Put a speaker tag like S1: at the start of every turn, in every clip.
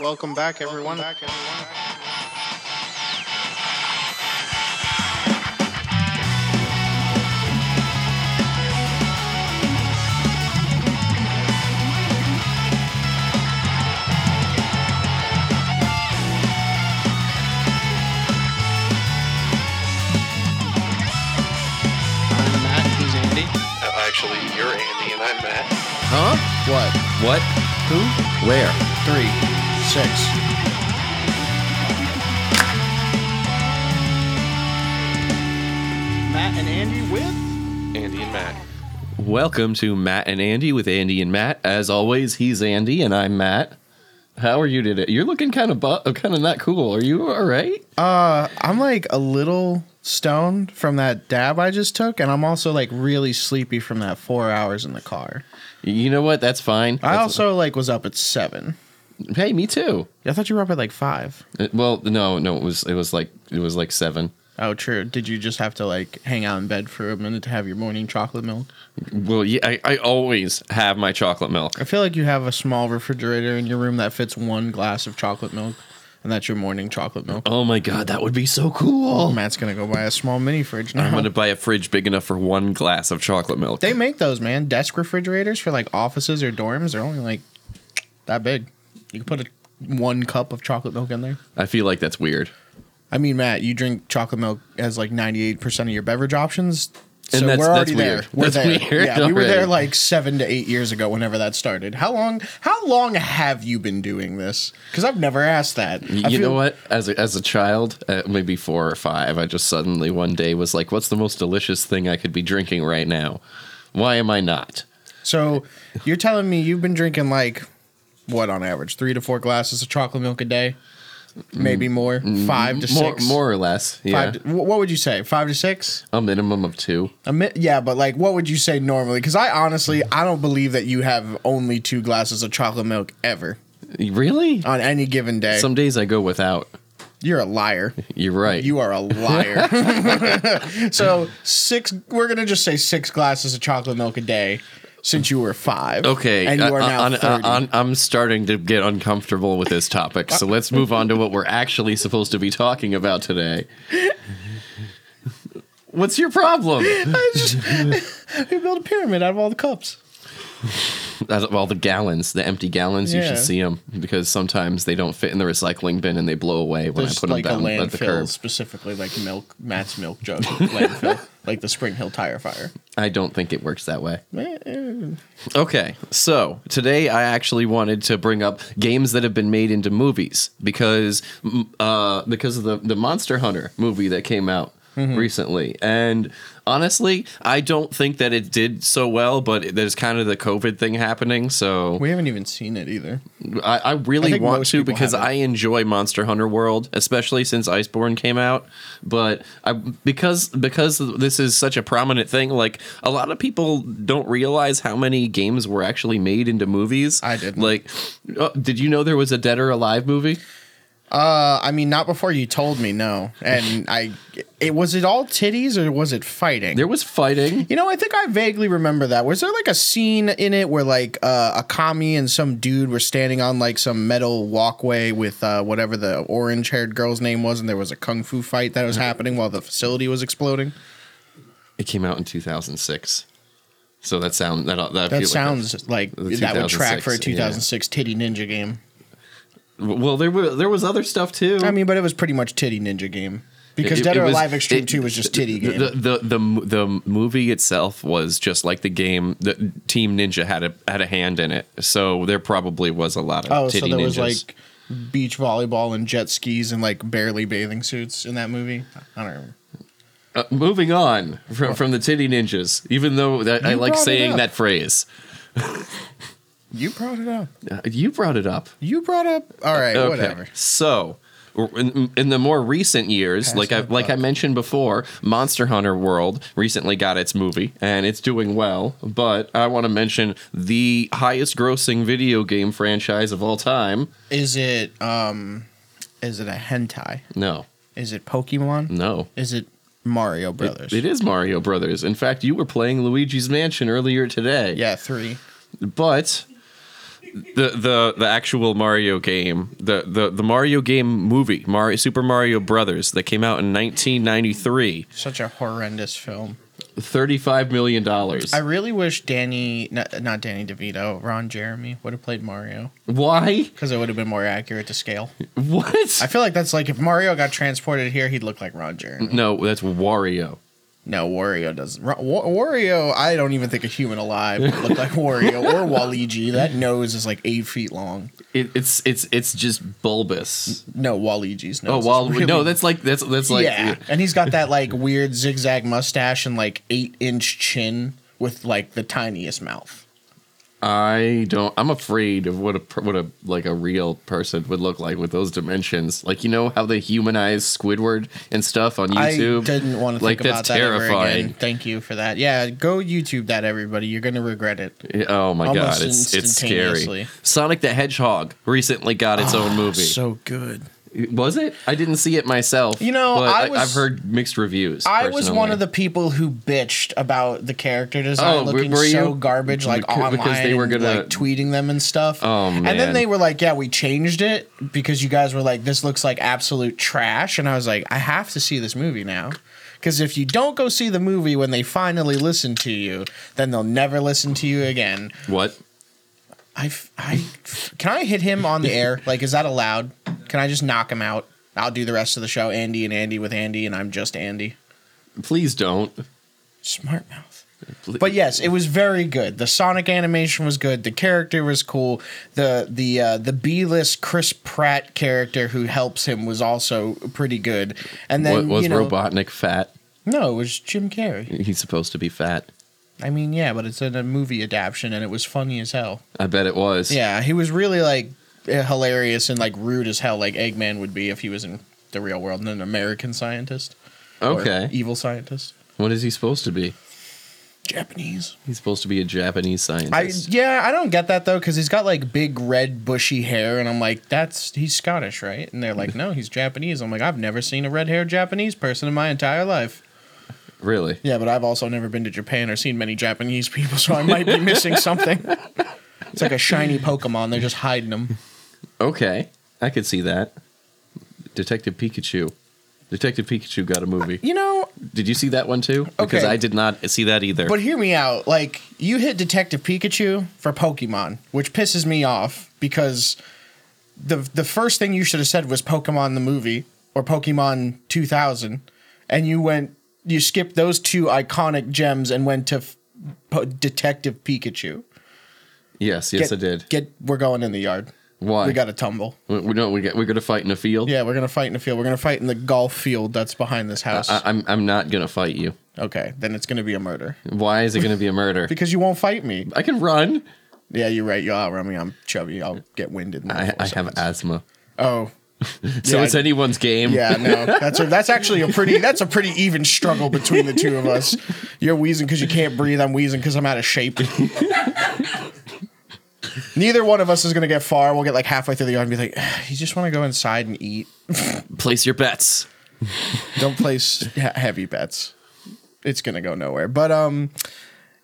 S1: Welcome back, everyone. I'm Matt. He's Andy.
S2: Uh, Actually, you're Andy and I'm Matt.
S1: Huh? What?
S3: What?
S1: Who?
S3: Where?
S1: Three, six. Matt and Andy with
S2: Andy and Matt.
S3: Welcome to Matt and Andy with Andy and Matt. As always, he's Andy and I'm Matt. How are you today? You're looking kind of bu- kind of not cool. Are you all right?
S4: Uh, I'm like a little stoned from that dab I just took, and I'm also like really sleepy from that four hours in the car.
S3: You know what? That's fine.
S4: I
S3: That's-
S4: also like was up at seven.
S3: hey, me too.
S4: I thought you were up at like five.
S3: Uh, Well, no, no, it was it was like it was like seven.
S4: Oh, true. Did you just have to like hang out in bed for a minute to have your morning chocolate milk?
S3: Well, yeah, I, I always have my chocolate milk.
S4: I feel like you have a small refrigerator in your room that fits one glass of chocolate milk, and that's your morning chocolate milk.
S3: Oh my god, that would be so cool.
S4: Matt's gonna go buy a small mini fridge now.
S3: Oh. I'm gonna buy a fridge big enough for one glass of chocolate milk.
S4: They make those, man. Desk refrigerators for like offices or dorms. They're only like that big. You can put a one cup of chocolate milk in there.
S3: I feel like that's weird.
S4: I mean, Matt, you drink chocolate milk as like ninety eight percent of your beverage options. So
S3: And that's-
S4: we're
S3: that's
S4: already
S3: weird.
S4: there. We're
S3: That's
S4: there.
S3: weird
S4: yeah, we were there
S3: already.
S4: like seven to eight years ago. Whenever that started, how long? How long have you been doing this? Because I've never asked that. I
S3: you know
S4: feel-
S3: what? As a, as a child, uh, maybe four or five, I just suddenly one day was like, "What's the most delicious thing I could be drinking right now? Why am I not?"
S4: So you're telling me you've been drinking like what on average three to four glasses of chocolate milk a day, maybe more, five to
S3: Mm. More,
S4: six,
S3: more or less, yeah.
S4: Five to, wh- what would you say? Five to six?
S3: a minimum of two.
S4: A mi- yeah, but like, what would you say normally? Because I honestly, I don't believe that you have only two glasses of chocolate milk ever
S3: Really?
S4: on any given day.
S3: Some days I go without.
S4: You're a liar.
S3: You're right.
S4: You are a liar. so six. We're gonna just say six glasses of chocolate milk a day since you were five.
S3: okay.
S4: and you are
S3: uh,
S4: now
S3: on- uh,
S4: thirty.
S3: on- I'm starting to get uncomfortable with this topic, so let's move on to what we're actually supposed to be talking about today. What's your problem?
S4: we built a pyramid out of all the cups.
S3: That's- well, the gallons, the empty gallons, you
S4: Yeah.
S3: should see them because sometimes they don't fit in the recycling bin and they blow away when
S4: There's
S3: I put
S4: like
S3: them
S4: a
S3: down at the curb.
S4: landfill specifically, like milk, Matt's milk jug landfill, like the Spring Hill tire fire.
S3: I don't think it works that way.
S4: Eh, eh.
S3: Okay, so today I actually wanted to bring up games that have been made into movies because mm, uh, because of the the Monster Hunter movie that came out
S4: Mm-hmm.
S3: recently, and honestly, I don't think that it did so well. But there's kind of the COVID thing happening, so
S4: We haven't even seen it either.
S3: I, I
S4: I
S3: really
S4: think
S3: want
S4: most
S3: to
S4: people
S3: because
S4: haven't.
S3: I enjoy Monster Hunter World, especially since Iceborne came out. But I, because because this is such a prominent thing, like a lot of people don't realize how many games were actually made into movies.
S4: I didn't.
S3: Like, uh, did you know there was a Dead or Alive movie?
S4: Uh, I mean, not before you told me no, and I. It was it all titties or was it fighting?
S3: There was fighting.
S4: you know, I think I vaguely remember that. Was there like a scene in it where like uh, Akami and some dude were standing on like some metal walkway with uh, whatever the orange-haired girl's name was, and there was a kung fu fight that was happening while the facility was exploding?
S3: It came out in 2006. So that sound that that, I feel
S4: That
S3: like
S4: sounds like
S3: the
S4: that would track for a
S3: 2006,
S4: 2006 titty ninja game.
S3: well there were there was other stuff too.
S4: I mean, but it was pretty much titty ninja game because
S3: It-
S4: Dead
S3: it
S4: or
S3: was-
S4: Alive Extreme
S3: it-
S4: Two was just titty game.
S3: The, the the m- the movie itself was just like the game. The Team Ninja had a had a hand in it, so there probably was a lot of
S4: oh, so
S3: titty
S4: there was
S3: ninjas.
S4: like beach volleyball and jet skis and like barely bathing suits in that movie. I don't remember.
S3: Uh, moving on from from the titty ninjas, even though that, I
S4: You
S3: like
S4: brought it
S3: saying
S4: up.
S3: that phrase.
S4: You brought it up.
S3: Uh, You brought it up.
S4: You brought up. All right, whatever.
S3: So, in, in the more recent years,
S4: Pass
S3: like I
S4: the
S3: like I
S4: buck.
S3: mentioned before, Monster Hunter World recently got its movie and it's doing well. But I want to mention the highest-grossing video game franchise of all time.
S4: Is it um, is it a hentai?
S3: No,
S4: Is it Pokemon?
S3: no.
S4: Is it Mario Brothers?
S3: Mm. It is Mario Brothers. In fact, you were playing Luigi's Mansion earlier today.
S4: Yeah, three.
S3: But the the the actual Mario game, the the the Mario game movie, Mario Super Mario Brothers, that came out in 1993,
S4: Such a horrendous film.
S3: 35 million dollars.
S4: I really wish Danny, not, not Danny DeVito, Ron Jeremy would have played Mario
S3: Why?
S4: because it would have been more accurate to scale.
S3: What?
S4: I feel like that's like if Mario got transported here, he'd look like Ron Jeremy.
S3: no, that's Wario.
S4: No, Wario doesn't. Ro- Wa- Wario, I don't even think a human alive would look like Wario or Waluigi. That nose is like eight feet long.
S3: It, it's it's it's just bulbous.
S4: No, Waluigi's
S3: Oh,
S4: nose. is
S3: well,
S4: really-
S3: no, that's like that's that's like
S4: yeah. And he's got that like weird zigzag mustache and like eight inch chin with like the tiniest mouth.
S3: I don't. I'm afraid of what a per- what a like a real person would look like with those dimensions. Like you know how they humanize Squidward and stuff on YouTube.
S4: I didn't want to
S3: Like,
S4: think about
S3: that's
S4: that ever
S3: terrifying.
S4: again. Thank you for that. Yeah, go YouTube that, everybody. You're gonna regret it.
S3: Yeah, Oh my
S4: Almost
S3: god, it's it's scary.
S4: instantaneously. Oh,
S3: Sonic the Hedgehog recently got its own movie.
S4: So good.
S3: was it? I didn't see it myself.
S4: You know,
S3: but
S4: I
S3: I
S4: was-
S3: have heard mixed reviews.
S4: I was one
S3: personally.
S4: of the people who bitched about the character design
S3: Oh, were-
S4: looking
S3: were
S4: so
S3: you?
S4: garbage, like
S3: Because-
S4: online,
S3: because they were
S4: and,
S3: gonna-
S4: like tweeting them and stuff.
S3: Oh,
S4: And then
S3: man.
S4: they were like, "Yeah, we changed it because you guys were like, this looks like absolute trash." And I was like, "I have to see this movie now." Because if you don't go see the movie when they finally listen to you, then they'll never listen to you again.
S3: what?
S4: I, f- I f- can I hit him on the air? Like, is that allowed? Can I just knock him out? I'll do the rest of the show, Andy and Andy with Andy, and I'm just Andy.
S3: Please don't.
S4: Smart mouth.
S3: Please.
S4: But yes, it was very good. The Sonic animation was good. The character was cool. The the uh, the B list Chris Pratt character who helps him was also pretty good. And
S3: What
S4: then
S3: was
S4: you know,
S3: Robotnik fat?
S4: No, it was Jim Carrey.
S3: He's supposed to be fat.
S4: I mean, yeah, but it's in a movie adaptation, and it was funny as hell.
S3: I bet it was.
S4: Yeah, he was really like hilarious and like rude as hell, like Eggman would be if he was in the real world and an American scientist. or
S3: Okay.
S4: evil scientist.
S3: What is he supposed to be?
S4: Japanese.
S3: He's supposed to be a Japanese
S4: I
S3: scientist.
S4: yeah, I don't get that though because he's got like big red bushy hair, and I'm like, that's he's Scottish, right? And they're like, no, he's Japanese. I'm like, I've never seen a red haired Japanese person in my entire life.
S3: really?
S4: Yeah, but I've also never been to Japan or seen many Japanese people, so I might be missing something. It's like a shiny Pokemon; they're just hiding them.
S3: Okay. I could see that. Detective Pikachu. Detective Pikachu got a movie.
S4: You know,
S3: Did you see that one too? Because
S4: Okay.
S3: I did not see that either.
S4: But hear me out. Like you hit Detective Pikachu for Pokemon, which pisses me off because the the first thing you should have said was Pokemon the movie or Pokemon 2000, and you went you skipped those two iconic gems and went to f- po- Detective Pikachu.
S3: yes,
S4: Get,
S3: yes, I did.
S4: Get we're going in the yard.
S3: Why?
S4: We got to tumble.
S3: We, we no, we got, we're gonna fight in a field.
S4: Yeah, we're gonna fight in the field. We're gonna fight in the golf field that's behind this house.
S3: I, I'm I'm not gonna fight you.
S4: okay, then it's gonna be a murder
S3: Why is it gonna be a murder?
S4: because you won't fight me.
S3: I can run.
S4: Yeah, you're right. You'll outrun me. I'm chubby. I'll get winded. in
S3: I,
S4: four
S3: I have
S4: seconds.
S3: asthma,
S4: Oh,
S3: so
S4: Yeah,
S3: it's
S4: I-
S3: anyone's game.
S4: yeah. No, that's a, that's actually a pretty that's a pretty even struggle between the two of us. You're wheezing because you can't breathe. I'm wheezing because I'm out of shape. Neither one of us is gonna get far. We'll get like halfway through the yard and be like, "Ah, "You just want to go inside and eat.
S3: Place your bets.
S4: Don't place he- heavy bets. It's gonna go nowhere." But um,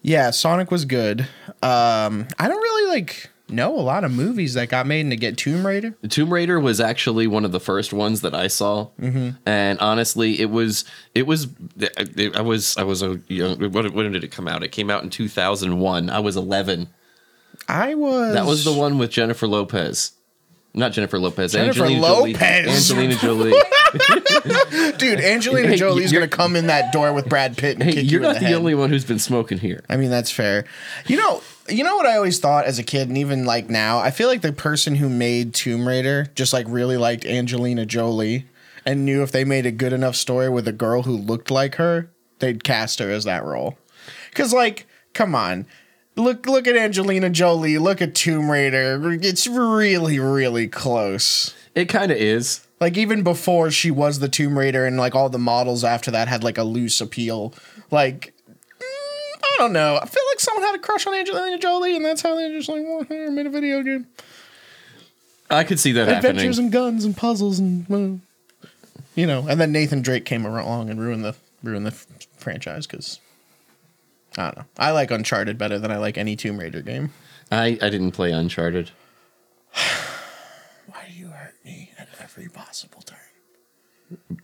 S4: yeah, Sonic was good. Um, I don't really like know a lot of movies that got made and to get Tomb Raider.
S3: Tomb Raider was actually one of the first ones that I saw,
S4: Mm-hmm.
S3: and honestly, it was it was I- I was I was a young. When, when did it come out? It came out in two thousand one. I was eleven.
S4: I was.
S3: That was the one with Jennifer Lopez. Not Jennifer Lopez.
S4: Jennifer Lopez.
S3: Jolie. Angelina Jolie.
S4: dude. Angelina
S3: Hey,
S4: Jolie's
S3: you're-
S4: gonna come in that door with Brad Pitt and
S3: hey,
S4: kick
S3: you're
S4: you in
S3: not
S4: the,
S3: the,
S4: head.
S3: only one who's been smoking here.
S4: I mean, that's fair. You know, you know what I always thought as a kid, and even like now, I feel like the person who made Tomb Raider just like really liked Angelina Jolie and knew if they made a good enough story with a girl who looked like her, they'd cast her as that role. Cause like, come on. Look look at Angelina Jolie, look at Tomb Raider. It's really, really close.
S3: It kind of is.
S4: Like even before she was the Tomb Raider and like all the models after that had like a loose appeal. Like mm, I don't know. I feel like someone had a crush on Angelina Jolie and that's how they just like want her made a video game.
S3: I could see that happening.
S4: Adventures and guns and puzzles and mm, you know, and then Nathan Drake came along and ruined the ruined the f- franchise cuz I don't know. I like Uncharted better than I like any Tomb Raider game.
S3: I, I didn't play Uncharted.
S4: Why do you hurt me at every possible turn?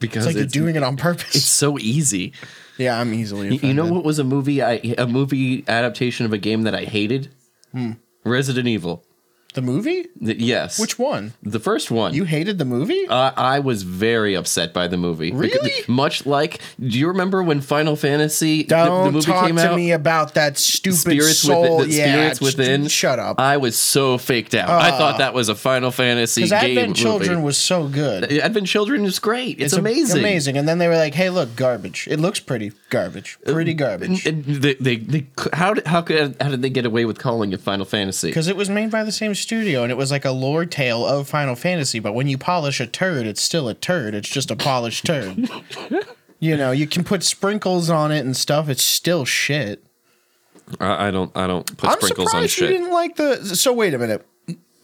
S3: Because
S4: It's like you're
S3: it's-
S4: doing it on
S3: it's
S4: purpose.
S3: so easy.
S4: Yeah, I'm easily.
S3: Y- You know
S4: offended.
S3: what was a movie I a movie adaptation of a game that I hated?
S4: Hmm.
S3: Resident Evil.
S4: The movie?
S3: Th- yes.
S4: Which one?
S3: The first one.
S4: You hated the movie?
S3: uh, I was very upset by the movie. Because-
S4: Really?
S3: much like, do you remember when Final Fantasy the-
S4: Don't
S3: the, movie
S4: talk
S3: came
S4: to
S3: out?
S4: me about that stupid
S3: Spirits
S4: soul.
S3: within. the
S4: yeah,
S3: spirits
S4: sh-
S3: within.
S4: Shut up.
S3: I was so faked out. I thought that was a Final Fantasy
S4: Because
S3: game.
S4: Advent Children
S3: movie.
S4: was so good.
S3: Advent Children is great. It's,
S4: a-
S3: amazing.
S4: Amazing. And then they were like, "Hey, look, garbage. It looks pretty garbage.
S3: Uh,
S4: Pretty garbage."
S3: And they, they, they, how did how could how did they get away with calling it Final Fantasy?
S4: Because it was made by the same studio, and it was like a lore tale of Final Fantasy. But when you polish a turd, it's still a turd. It's just a polished turd. you know, you can put sprinkles on it and stuff. It's still shit.
S3: I, I don't I don't put
S4: I'm
S3: sprinkles on
S4: surprised you
S3: shit.
S4: didn't like the. So wait a minute.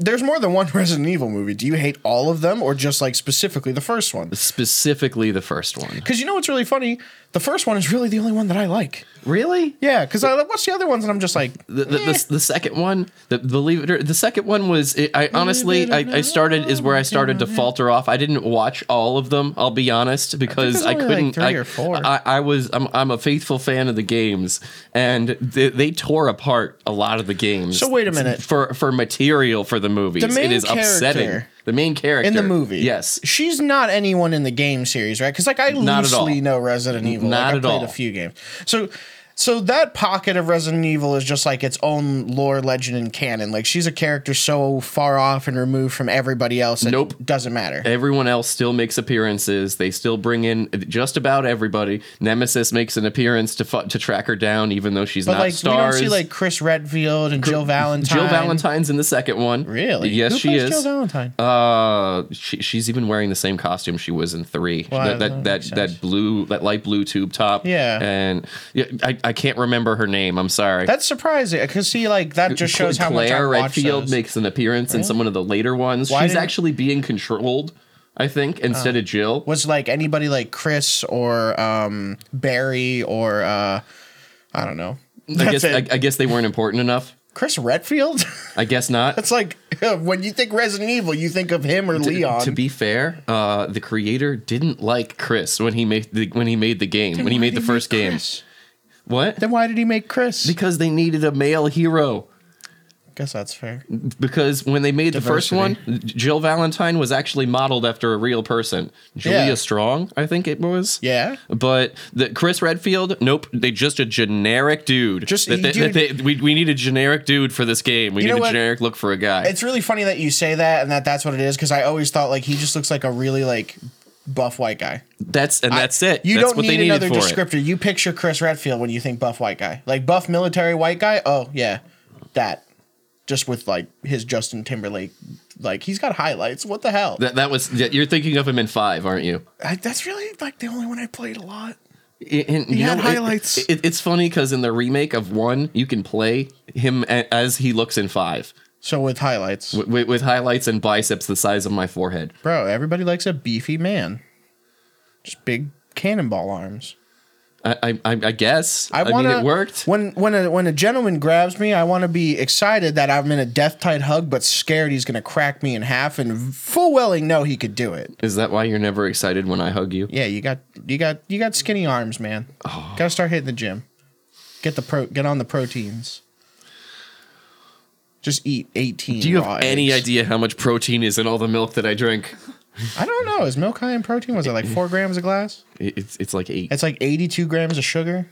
S4: There's more than one Resident Evil movie. Do you hate all of them, or just like specifically the first one?
S3: Specifically, the first one.
S4: Because you know what's really funny? The first one is really the only one that I like.
S3: Really?
S4: Yeah, because I watch the other ones and I'm just like, eh,
S3: The, the, the, the second one, the believe it or the second one was it, I honestly I, I started is where I started to falter off. I didn't watch all of them. I'll be honest because
S4: there's
S3: I,
S4: only, like,
S3: couldn't.
S4: three
S3: I,
S4: or four.
S3: I, I was I'm, I'm a faithful fan of the games, and they, they tore apart a lot of the games.
S4: So wait a minute.
S3: for for material for the movies.
S4: The main
S3: it is upsetting.
S4: character
S3: The main character
S4: in the movie.
S3: yes,
S4: she's not anyone in the game series, right? Because like I
S3: Not at all.
S4: loosely know Resident Evil.
S3: not
S4: like, I
S3: at
S4: played
S3: all.
S4: a few games, so so that pocket of Resident Evil is just like its own lore, legend, and canon. Like she's a character so far off and removed from everybody else. It
S3: Nope.
S4: doesn't matter.
S3: Everyone else still makes appearances. They still bring in just about everybody. Nemesis makes an appearance to fu- to track her down, even though she's
S4: but
S3: not
S4: like we don't
S3: stars.
S4: see like Chris Redfield and Jill Valentine.
S3: Jill Valentine's in the second one.
S4: Really?
S3: Yes,
S4: Who
S3: she
S4: plays Jill
S3: is.
S4: Valentine.
S3: Uh, she, she's even wearing the same costume she was in three.
S4: Well,
S3: that
S4: that
S3: that that,
S4: makes sense.
S3: that blue, that light blue tube top.
S4: Yeah.
S3: and yeah, I, I can't remember her name. I'm sorry.
S4: That's surprising because see, like that just shows how much I
S3: Claire
S4: watch
S3: Redfield
S4: those.
S3: makes an appearance in some one of the later ones.
S4: Why
S3: She's
S4: didn't- Oh.
S3: actually being controlled, I think, instead of Jill.
S4: was like anybody like Chris or um, Barry or uh, I don't know.
S3: I
S4: That's
S3: guess
S4: it.
S3: I, I guess they weren't important enough.
S4: Chris Redfield.
S3: I guess not.
S4: That's like when you think Resident Evil, you think of him or
S3: To-
S4: Leon.
S3: To be fair, uh, the creator didn't like Chris when he made the, when he made the game when he made the first game. What?
S4: Then why did he make Chris?
S3: Because they needed a male hero.
S4: guess that's fair.
S3: Because when they made the first
S4: Diversity.
S3: one, Jill Valentine was actually modeled after a real person, Julia
S4: Yeah.
S3: Strong, I think it was.
S4: Yeah.
S3: But the Chris Redfield, nope, they just a generic dude.
S4: Just-
S3: that they,
S4: dude-
S3: that they- we, we need a generic dude for this game. We
S4: You know
S3: need a
S4: what?
S3: generic look for a guy.
S4: It's really funny that you say that and that that's what it is because I always thought like he just looks like a really like buff white guy.
S3: that's and that's it.
S4: You
S3: that's
S4: don't
S3: what
S4: need
S3: they needed
S4: another
S3: for it.
S4: descriptor. You picture Chris Redfield when you think buff white guy. Like buff military white guy. Oh yeah. That just with like his Justin Timberlake like he's got highlights. What the hell?
S3: That, that was yeah, you're thinking of him in five, aren't you?
S4: I, that's really like the only one I played a lot.
S3: And, and, you
S4: had
S3: know, it-
S4: highlights.
S3: It, it's funny because in the remake of one, you can play him a, as he looks in five
S4: So with highlights.
S3: with, with highlights and biceps the size of my forehead.
S4: Bro, everybody likes a beefy man. Just big cannonball arms.
S3: I I, I I guess. I,
S4: wanna,
S3: mean, it worked.
S4: When when a when a gentleman grabs me, I want to be excited that I'm in a death tight hug, but scared he's gonna crack me in half, and full welling know he could do it.
S3: Is that why you're never excited when I hug you?
S4: Yeah, you got you got you got skinny arms, man.
S3: Oh.
S4: Gotta start hitting the gym. Get the pro get on the proteins. Just eat eighteen.
S3: Do you
S4: raw
S3: have any
S4: eggs.
S3: idea how much protein is in all the milk that I drink?
S4: I don't know. Is milk high in protein? Was it like four grams a glass?
S3: It- It's it's like eight,
S4: It's like eighty-two grams of sugar.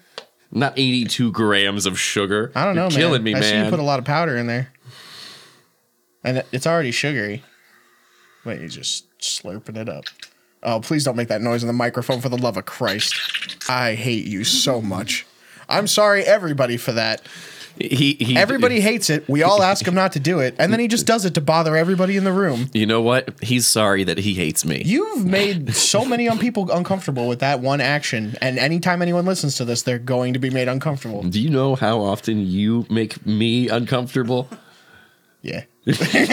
S3: not eighty two grams of sugar.
S4: I don't know,
S3: You're
S4: man.
S3: Killing me,
S4: I see you
S3: man.
S4: put a lot of powder in there, and it- it's already sugary. Wait, he's just slurping it up. Oh, please don't make that noise in the microphone for the love of Christ! I hate you so much. I'm sorry, everybody, for that.
S3: he, he,
S4: Everybody hates it. We all ask him not to do it, and then he just does it to bother everybody in the room.
S3: You know what? He's sorry that he hates me.
S4: You've made so many un- people uncomfortable with that one action, and anytime anyone listens to this, they're going to be made uncomfortable.
S3: Do you know how often you make me uncomfortable?
S4: Yeah. yeah.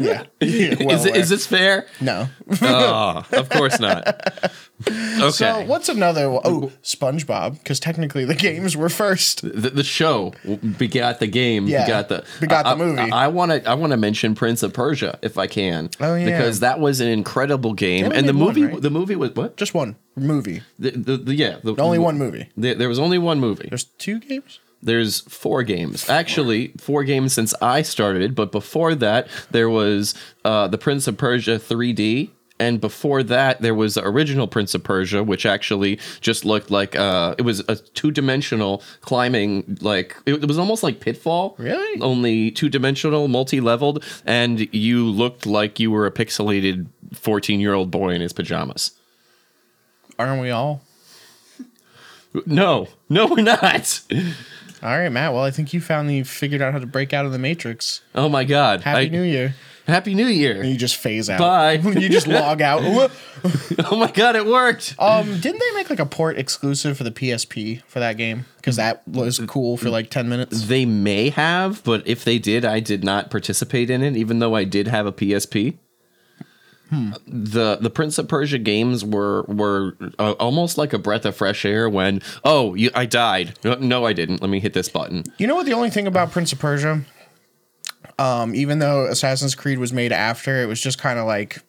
S4: yeah. well
S3: is, it, is
S4: aware.
S3: this fair?
S4: No.
S3: oh, of course not. Okay.
S4: So what's another? one? Oh, SpongeBob, because technically the games were first.
S3: the, the show begat the game
S4: Yeah,
S3: begat the
S4: begot the
S3: I- I-
S4: movie.
S3: i want to i want to mention prince of persia if i can
S4: Oh, yeah.
S3: because that was an incredible game
S4: only
S3: and the
S4: made one,
S3: movie
S4: right?
S3: the movie was what
S4: Just one movie.
S3: the, the, the- yeah the,
S4: Only one movie.
S3: there, there was only one movie
S4: There's two games.
S3: there's four games actually four games since i started but before that there was uh, the prince of persia 3d and before that there was the original prince of persia which actually just looked like uh, it was a two-dimensional climbing like it, it was almost like pitfall
S4: Really?
S3: only two-dimensional multi-leveled and you looked like you were a pixelated 14-year-old boy in his pajamas
S4: Aren't we all?
S3: no no we're not
S4: All right, Matt. Well, I think you finally figured out how to break out of the Matrix.
S3: oh my god
S4: Happy
S3: I-
S4: New Year.
S3: happy new year
S4: And you just phase out.
S3: Bye.
S4: you just log out.
S3: Oh my god, it worked.
S4: Um, didn't they make like a port exclusive for the PSP for that game? Because that was cool for like ten minutes.
S3: They may have, but if they did, I did not participate in it, even though I did have a PSP. The the Prince of Persia games were were uh, almost like a breath of fresh air. When oh, you, I died. No, no, I didn't. Let me hit this button.
S4: You know what? The only thing about Prince of Persia, um, even though Assassin's Creed was made after, it was just kind of like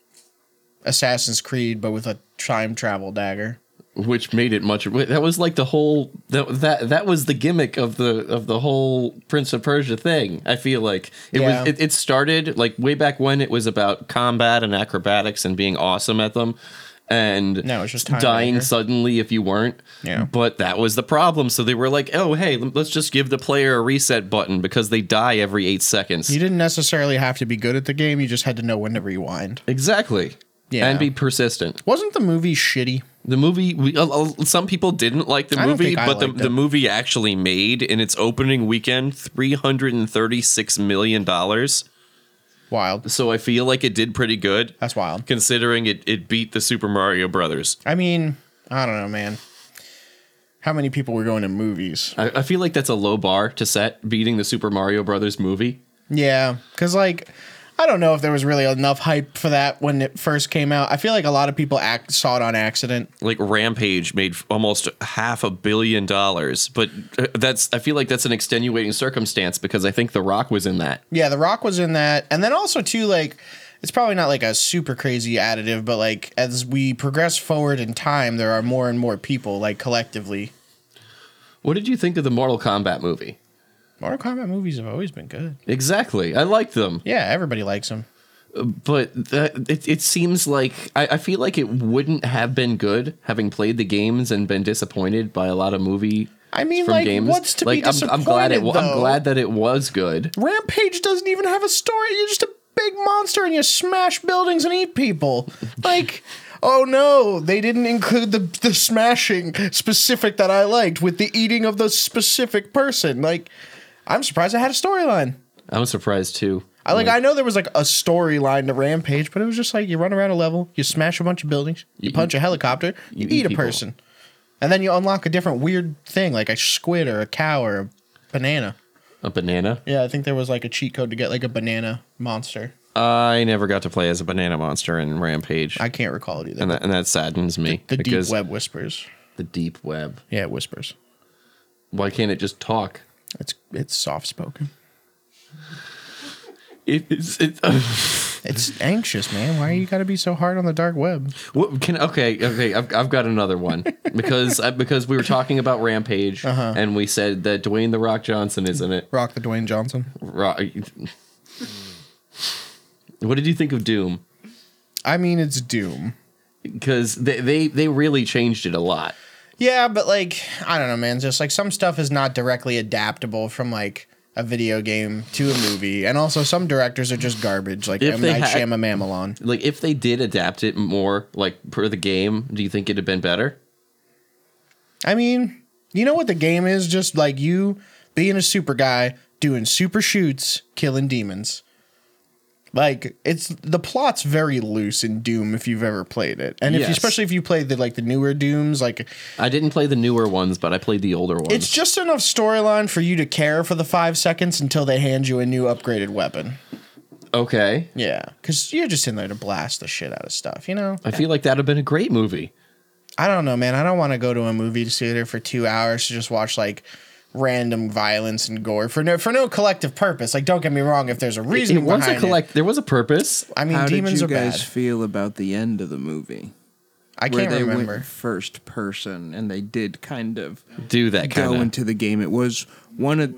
S4: Assassin's Creed, but with a time travel dagger.
S3: which made it much that was like the whole that that that was the gimmick of the of the whole prince of persia thing i feel like it
S4: Yeah.
S3: was it, it started like way back when it was about combat and acrobatics and being awesome at them and
S4: No, it's just time
S3: dying
S4: maker.
S3: suddenly if you weren't
S4: Yeah.
S3: but that was the problem so they were like oh hey let's just give the player a reset button because they die every eight seconds
S4: You didn't necessarily have to be good at the game; you just had to know when to rewind.
S3: exactly
S4: Yeah.
S3: and be persistent
S4: Wasn't the movie shitty?
S3: The movie, we, uh, uh, some people didn't like the
S4: I don't
S3: movie,
S4: think I
S3: but the,
S4: liked
S3: the
S4: it.
S3: movie actually made in its opening weekend $336 million.
S4: Wild.
S3: So I feel like it did pretty good
S4: That's wild.
S3: considering it, it beat the Super Mario Brothers.
S4: I mean, I don't know, man. How many people were going to movies?
S3: I, I feel like that's a low bar to set beating the Super Mario Brothers movie.
S4: Yeah, because like, I don't know if there was really enough hype for that when it first came out. I feel like a lot of people act saw it on accident.
S3: Like Rampage made f- almost half a billion dollars, but uh, that's I feel like that's an extenuating circumstance because I think The Rock was in that.
S4: Yeah, The Rock was in that, and then also too like. It's probably not like a super crazy additive, but like as we progress forward in time, there are more and more people like collectively.
S3: What did you think of the Mortal Kombat movie?
S4: Mortal Kombat movies have always been good.
S3: Exactly, I liked them.
S4: Yeah, everybody likes them.
S3: but that, it, it seems like I, I feel like it wouldn't have been good having played the games and been disappointed by a lot of movie.
S4: I mean, like, what's to be
S3: I'm glad it. wa-
S4: disappointed,
S3: I'm
S4: though?
S3: glad that it was good.
S4: Rampage doesn't even have a story. You're just a big monster and you smash buildings and eat people. Like, oh no, they didn't include the the smashing specific that I liked with the eating of the specific person. Like, I'm surprised I had a storyline.
S3: I'm surprised too.
S4: I like I know there was like a storyline to Rampage, but it was just like you run around a level, you smash a bunch of buildings, you, punch a helicopter, you,
S3: you eat
S4: eat, a
S3: people.
S4: person. And then you unlock a different weird thing like a squid or a cow or a banana.
S3: A banana.
S4: Yeah, I think there was like a cheat code to get like a banana monster.
S3: I never got to play as a banana monster in Rampage,
S4: I can't recall it either.
S3: and that, and that saddens me
S4: the deep
S3: because
S4: web whispers.
S3: the deep web.
S4: Yeah, it whispers.
S3: Why can't it just talk?
S4: It's it's soft spoken.
S3: It, it's it,
S4: It's anxious, man. Why you got to be so hard on the dark web?
S3: What can okay okay I've, I've got another one because I, because we were talking about Rampage and we said that Dwayne the Rock Johnson is in it.
S4: Rock the Dwayne Johnson.
S3: Rock. What did you think of Doom?
S4: I mean, it's Doom.
S3: Because they, they they really changed it a lot.
S4: Yeah, but like I don't know, man. It's Just like some stuff is not directly adaptable from like a video game to a movie, and also some directors are just garbage, like
S3: If
S4: M
S3: they
S4: Night
S3: had-
S4: Shyamalan.
S3: Like if they did adapt it more, like per the game, do you think it'd have been better?
S4: I mean, you know what the game is? Just like you being a super guy, doing super shoots, killing demons. Like it's the plot's very loose in Doom if you've ever played it, and if you,
S3: Yes.
S4: especially if you played the like the newer Dooms, like
S3: I didn't play the newer ones, but I played the older ones.
S4: it's just enough storyline for you to care for the five seconds until they hand you a new upgraded weapon.
S3: okay.
S4: Yeah, because you're just in there to blast the shit out of stuff, you know.
S3: I feel like that'd have been a great movie.
S4: I don't know, man. I don't want to go to a movie theater for two hours to just watch like random violence and gore for no for no collective purpose. Like, don't get me wrong, if there's a reason
S3: It was a
S4: behind
S3: collect. There was a purpose.
S4: it. I mean,
S5: How
S4: demons
S5: did you
S4: are
S5: guys
S4: bad.
S5: feel about the end of the movie?
S4: I
S5: where
S4: can't
S5: they
S4: remember.
S5: went first person and they did kind of
S3: Do that
S5: go
S3: kind of.
S5: into the game. It was one of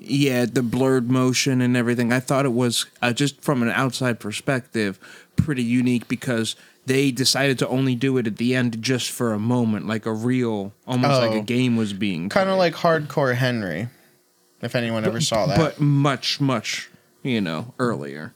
S5: yeah, the blurred motion and everything. I thought it was uh, just from an outside perspective pretty unique because they decided to only do it at the end just for a moment, like a real, almost like
S4: Oh.
S5: a game was being
S4: kind of like hardcore Henry. If anyone ever saw that,
S5: but much, much, you know, earlier.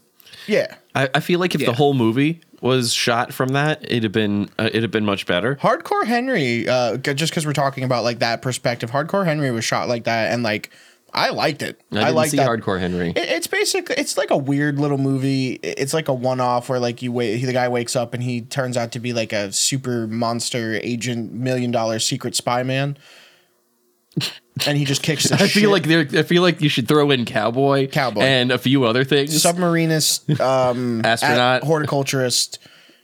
S4: yeah,
S3: I, I feel like if the
S5: Yeah.
S3: whole movie was shot from that, it'd have been uh, it'd have been much better.
S4: hardcore Henry. Uh, g- just because we're talking about like that perspective, hardcore Henry was shot like that, and like I liked it.
S3: I didn't
S4: liked
S3: see
S4: that.
S3: Hardcore Henry.
S4: It, it's basically it's like a weird little movie. I- It's like a one off where like you wait, the guy wakes up and he turns out to be like a super monster agent, million dollar secret spy man, and he just kicks. The
S3: I
S4: shit.
S3: feel like there. I feel like you should throw in cowboy,
S4: Cowboy.
S3: and a few other things.
S4: submarinist, um,
S3: Astronaut.
S4: a- horticulturist.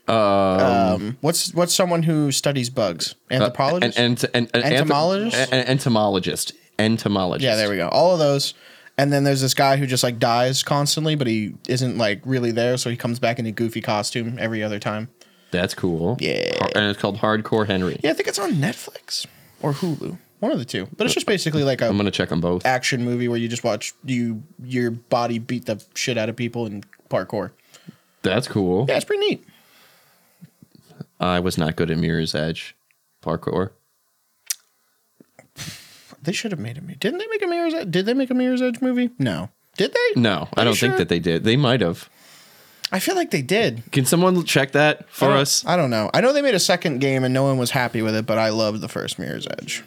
S4: um, what's what's someone who studies
S3: Uh,
S4: bugs? Anthropologist.
S3: An, an, an, an,
S4: Entomologist?
S3: An, an entomologist. Entomologist.
S4: yeah, there we go. All of those. And then there's this guy who just like dies constantly, but he isn't like really there, so he comes back in a goofy costume every other time.
S3: That's cool.
S4: Yeah.
S3: Har- And it's called Hardcore Henry.
S4: Yeah, I think it's on Netflix or Hulu, one of the two. But it's just basically like
S3: I'm
S4: a
S3: gonna check them both.
S4: action movie where you just watch you your body beat the shit out of people in parkour.
S3: That's cool.
S4: Yeah, it's pretty neat.
S3: I was not good at Mirror's Edge parkour.
S4: They should have made a didn't they make a Mirror's Edge? Did they make a Mirror's Edge movie? No, did they?
S3: No, I
S4: Are you
S3: don't think
S4: sure?
S3: that they did. They might have.
S4: I feel like they did
S3: Can someone check that
S4: I
S3: for
S4: don't-
S3: us?
S4: I don't know. I know they made a second game and no one was happy with it, but I loved the first Mirror's Edge.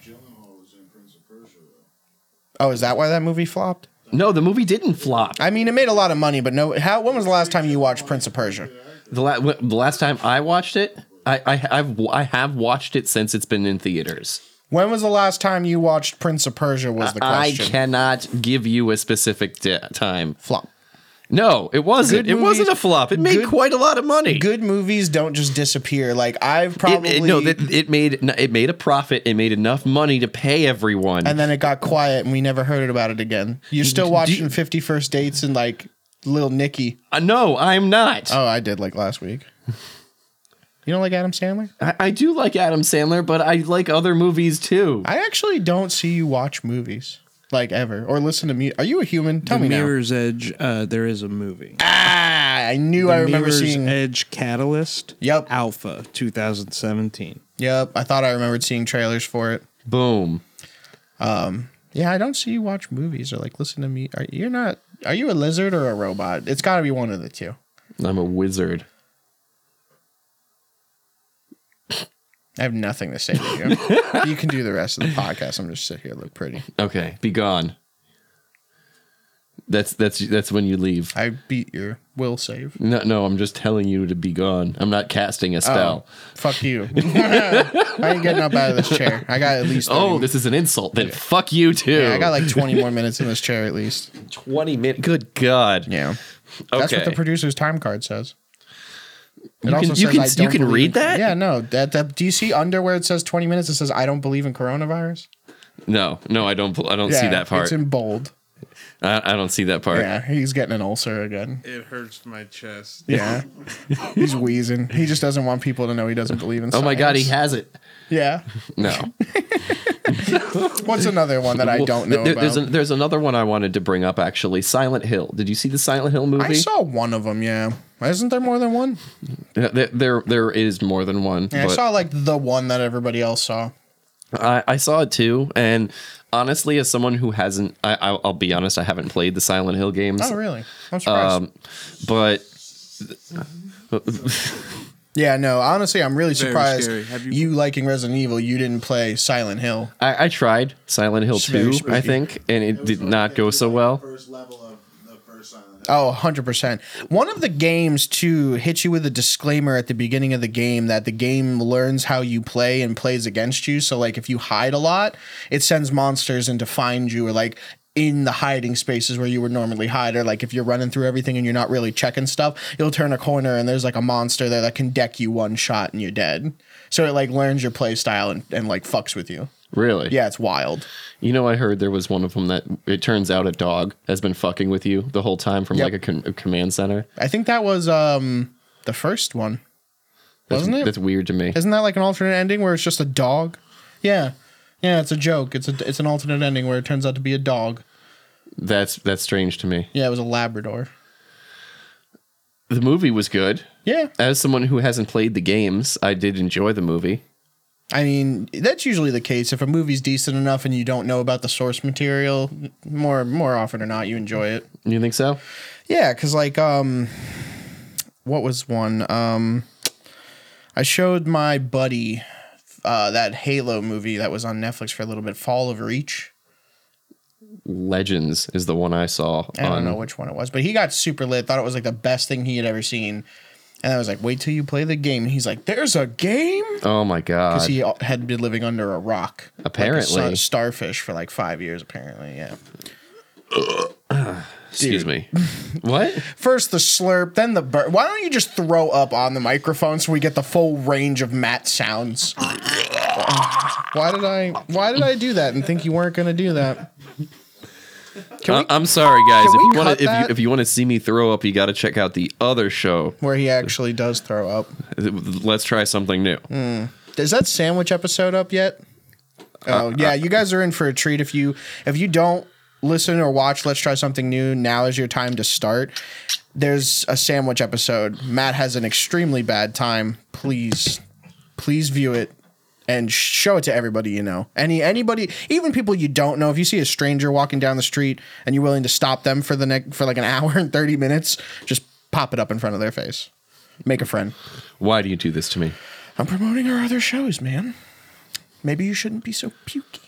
S4: Oh, is that why that movie flopped?
S3: No, the movie didn't flop.
S4: I mean, it made a lot of money, but no. How? When was the last time you watched Prince of Persia?
S3: The, la- w- the last time I watched it, I, I I've w- I have watched it since it's been in theaters.
S4: When was the last time you watched Prince of Persia? Was the
S3: I
S4: question
S3: cannot give you a specific da- time.
S4: flop?
S3: No, it wasn't.
S4: Good
S3: It wasn't a
S4: movies-
S3: flop. It made
S4: good-
S3: quite a lot of money.
S4: Good movies don't just disappear. Like I've
S3: It-
S4: probably
S3: it, no, that it made it made a profit. It made enough money to pay everyone.
S4: and then it got quiet, and we never heard about it again. You're still watching
S3: you-
S4: Fifty First Dates and like Little Nicky.
S3: Uh, no, I'm not.
S4: Oh, I did like last week. You don't like Adam Sandler?
S3: I, I do like Adam Sandler, but I like other movies too.
S4: I actually don't see you watch movies like ever or listen to me. Are you a human? Tell
S5: the
S4: me now.
S5: Mirror's Edge, uh, there is a movie.
S4: Ah, I knew I remember
S5: Mirror's
S4: seeing.
S5: Edge Catalyst.
S4: Yep.
S5: Alpha 2017.
S4: Yep, I thought I remembered seeing trailers for it.
S3: Boom.
S4: Yeah, I don't see you watch movies or like listen to me. Are, you're not. Are you a lizard or a robot? It's got to be one of the two.
S3: I'm a wizard.
S4: I have nothing to say to you. you can do the rest of the podcast. I'm just sit here and look pretty.
S3: Okay, be gone. That's that's that's when you leave.
S4: I beat your will save.
S3: No, no, I'm just telling you to be gone. I'm not
S4: Oh.
S3: casting a spell.
S4: Um, Fuck you. I ain't getting up out of this chair. I got at least. 30
S3: Oh, this is an insult. Then fuck you too.
S4: Yeah, I got like 20 more minutes in this chair at least.
S3: 20 minutes. Good God.
S4: Yeah.
S3: Okay.
S4: That's what the producer's time card says. It
S3: You can- you can- you can
S4: believe
S3: read
S4: in-
S3: that?
S4: Yeah, no. That, that do you see under where it says twenty minutes? It says I don't believe in coronavirus.
S3: no, no, I don't. I don't
S4: Yeah,
S3: see that part.
S4: It's in bold.
S3: I, I don't see that part.
S4: Yeah, he's getting an ulcer again.
S5: It hurts my chest.
S4: Yeah, he's wheezing. He just doesn't want people to know he doesn't believe in.
S3: Oh my God, he
S4: science.
S3: has it.
S4: yeah.
S3: No.
S4: What's another one that I
S3: Well,
S4: don't know
S3: there-
S4: about?
S3: There's, an- there's another one I wanted to bring up actually. Silent Hill. Did you see the Silent Hill movie?
S4: I saw one of them. Yeah, isn't there more than one?
S3: Yeah, there, there, there is more than one.
S4: Yeah, I
S3: but
S4: saw like the one that everybody else saw.
S3: I, I saw it too, and honestly, as someone who hasn't, I, I'll, I'll be honest, I haven't played the Silent Hill games.
S4: Oh really? I'm surprised.
S3: Um, but
S4: yeah, no. Honestly, I'm really
S5: Very
S4: surprised.
S5: scary. Have
S4: You,
S5: you-
S4: liking Resident Evil, you didn't play Silent Hill.
S3: I, I tried Silent Hill
S4: It's very
S3: Two, I
S4: spooky.
S3: think, and it did not go so well.
S6: First level of the first Silent Hill.
S4: Oh, 100%. One of the games, too, hits you with a disclaimer at the beginning of the game that the game learns how you play and plays against you. So, like, if you hide a lot, it sends monsters in to find you or, like, in the hiding spaces where you would normally hide, or like if you're running through everything and you're not really checking stuff, you'll turn a corner and there's like a monster there that can deck you one shot and you're dead. So it like learns your play style and, and like fucks with you.
S3: Really?
S4: Yeah, it's wild.
S3: You know, I heard there was one of them that it turns out a dog has been fucking with you the whole time from
S4: Yep.
S3: like a, con- a command center.
S4: I think that was um the first one.
S3: That's,
S4: Wasn't it?
S3: That's weird to me.
S4: Isn't that like an alternate ending where it's just a dog? Yeah. Yeah, it's a joke. It's a it's an alternate ending where it turns out to be a dog.
S3: That's that's strange to me.
S4: Yeah, it was a labrador.
S3: The movie was good.
S4: Yeah.
S3: As someone who hasn't played the games, I did enjoy the movie.
S4: I mean, that's usually the case if a movie's decent enough and you don't know about the source material, more more often or not you enjoy it.
S3: You think so?
S4: Yeah, cuz like um what was one um I showed my buddy uh, that Halo movie that was on Netflix for a little bit, Fall of Reach.
S3: Legends is the one I saw
S4: I don't
S3: on
S4: know which one it was, but he got super lit. Thought it was like the best thing he had ever seen. And I was like, "Wait till you play the game." And he's like, "There's a game?"
S3: Oh my god.
S4: Because he al- had been living under a rock, like a
S3: Apparently.
S4: star- starfish for like five years. Apparently, yeah.
S3: Excuse me. what?
S4: First the slurp, then the burp. Why don't you just throw up on the microphone so we get the full range of Matt sounds? why did I? Why did I do that and think you weren't going to do that?
S3: I- Uh, I'm sorry guys. If
S4: can
S3: you
S4: we
S3: want
S4: cut
S3: if you
S4: that?
S3: if you want to see me throw up, you got to check out the other show.
S4: Where he actually does throw up.
S3: Let's try something new.
S4: Is that sandwich episode up yet? Oh yeah, you guys are in for a treat if you if you don't listen or watch Let's Try Something New, now is your time to start. There's a sandwich episode. Matt has an extremely bad time. Please please view it and show it to everybody you know. Any anybody, even people you don't know. If you see a stranger walking down the street and you're willing to stop them for the next for like an hour and 30 minutes, just pop it up in front of their face. Make a friend.
S3: Why do you do this to me?
S4: I'm promoting our other shows, man. Maybe you shouldn't be so pukey.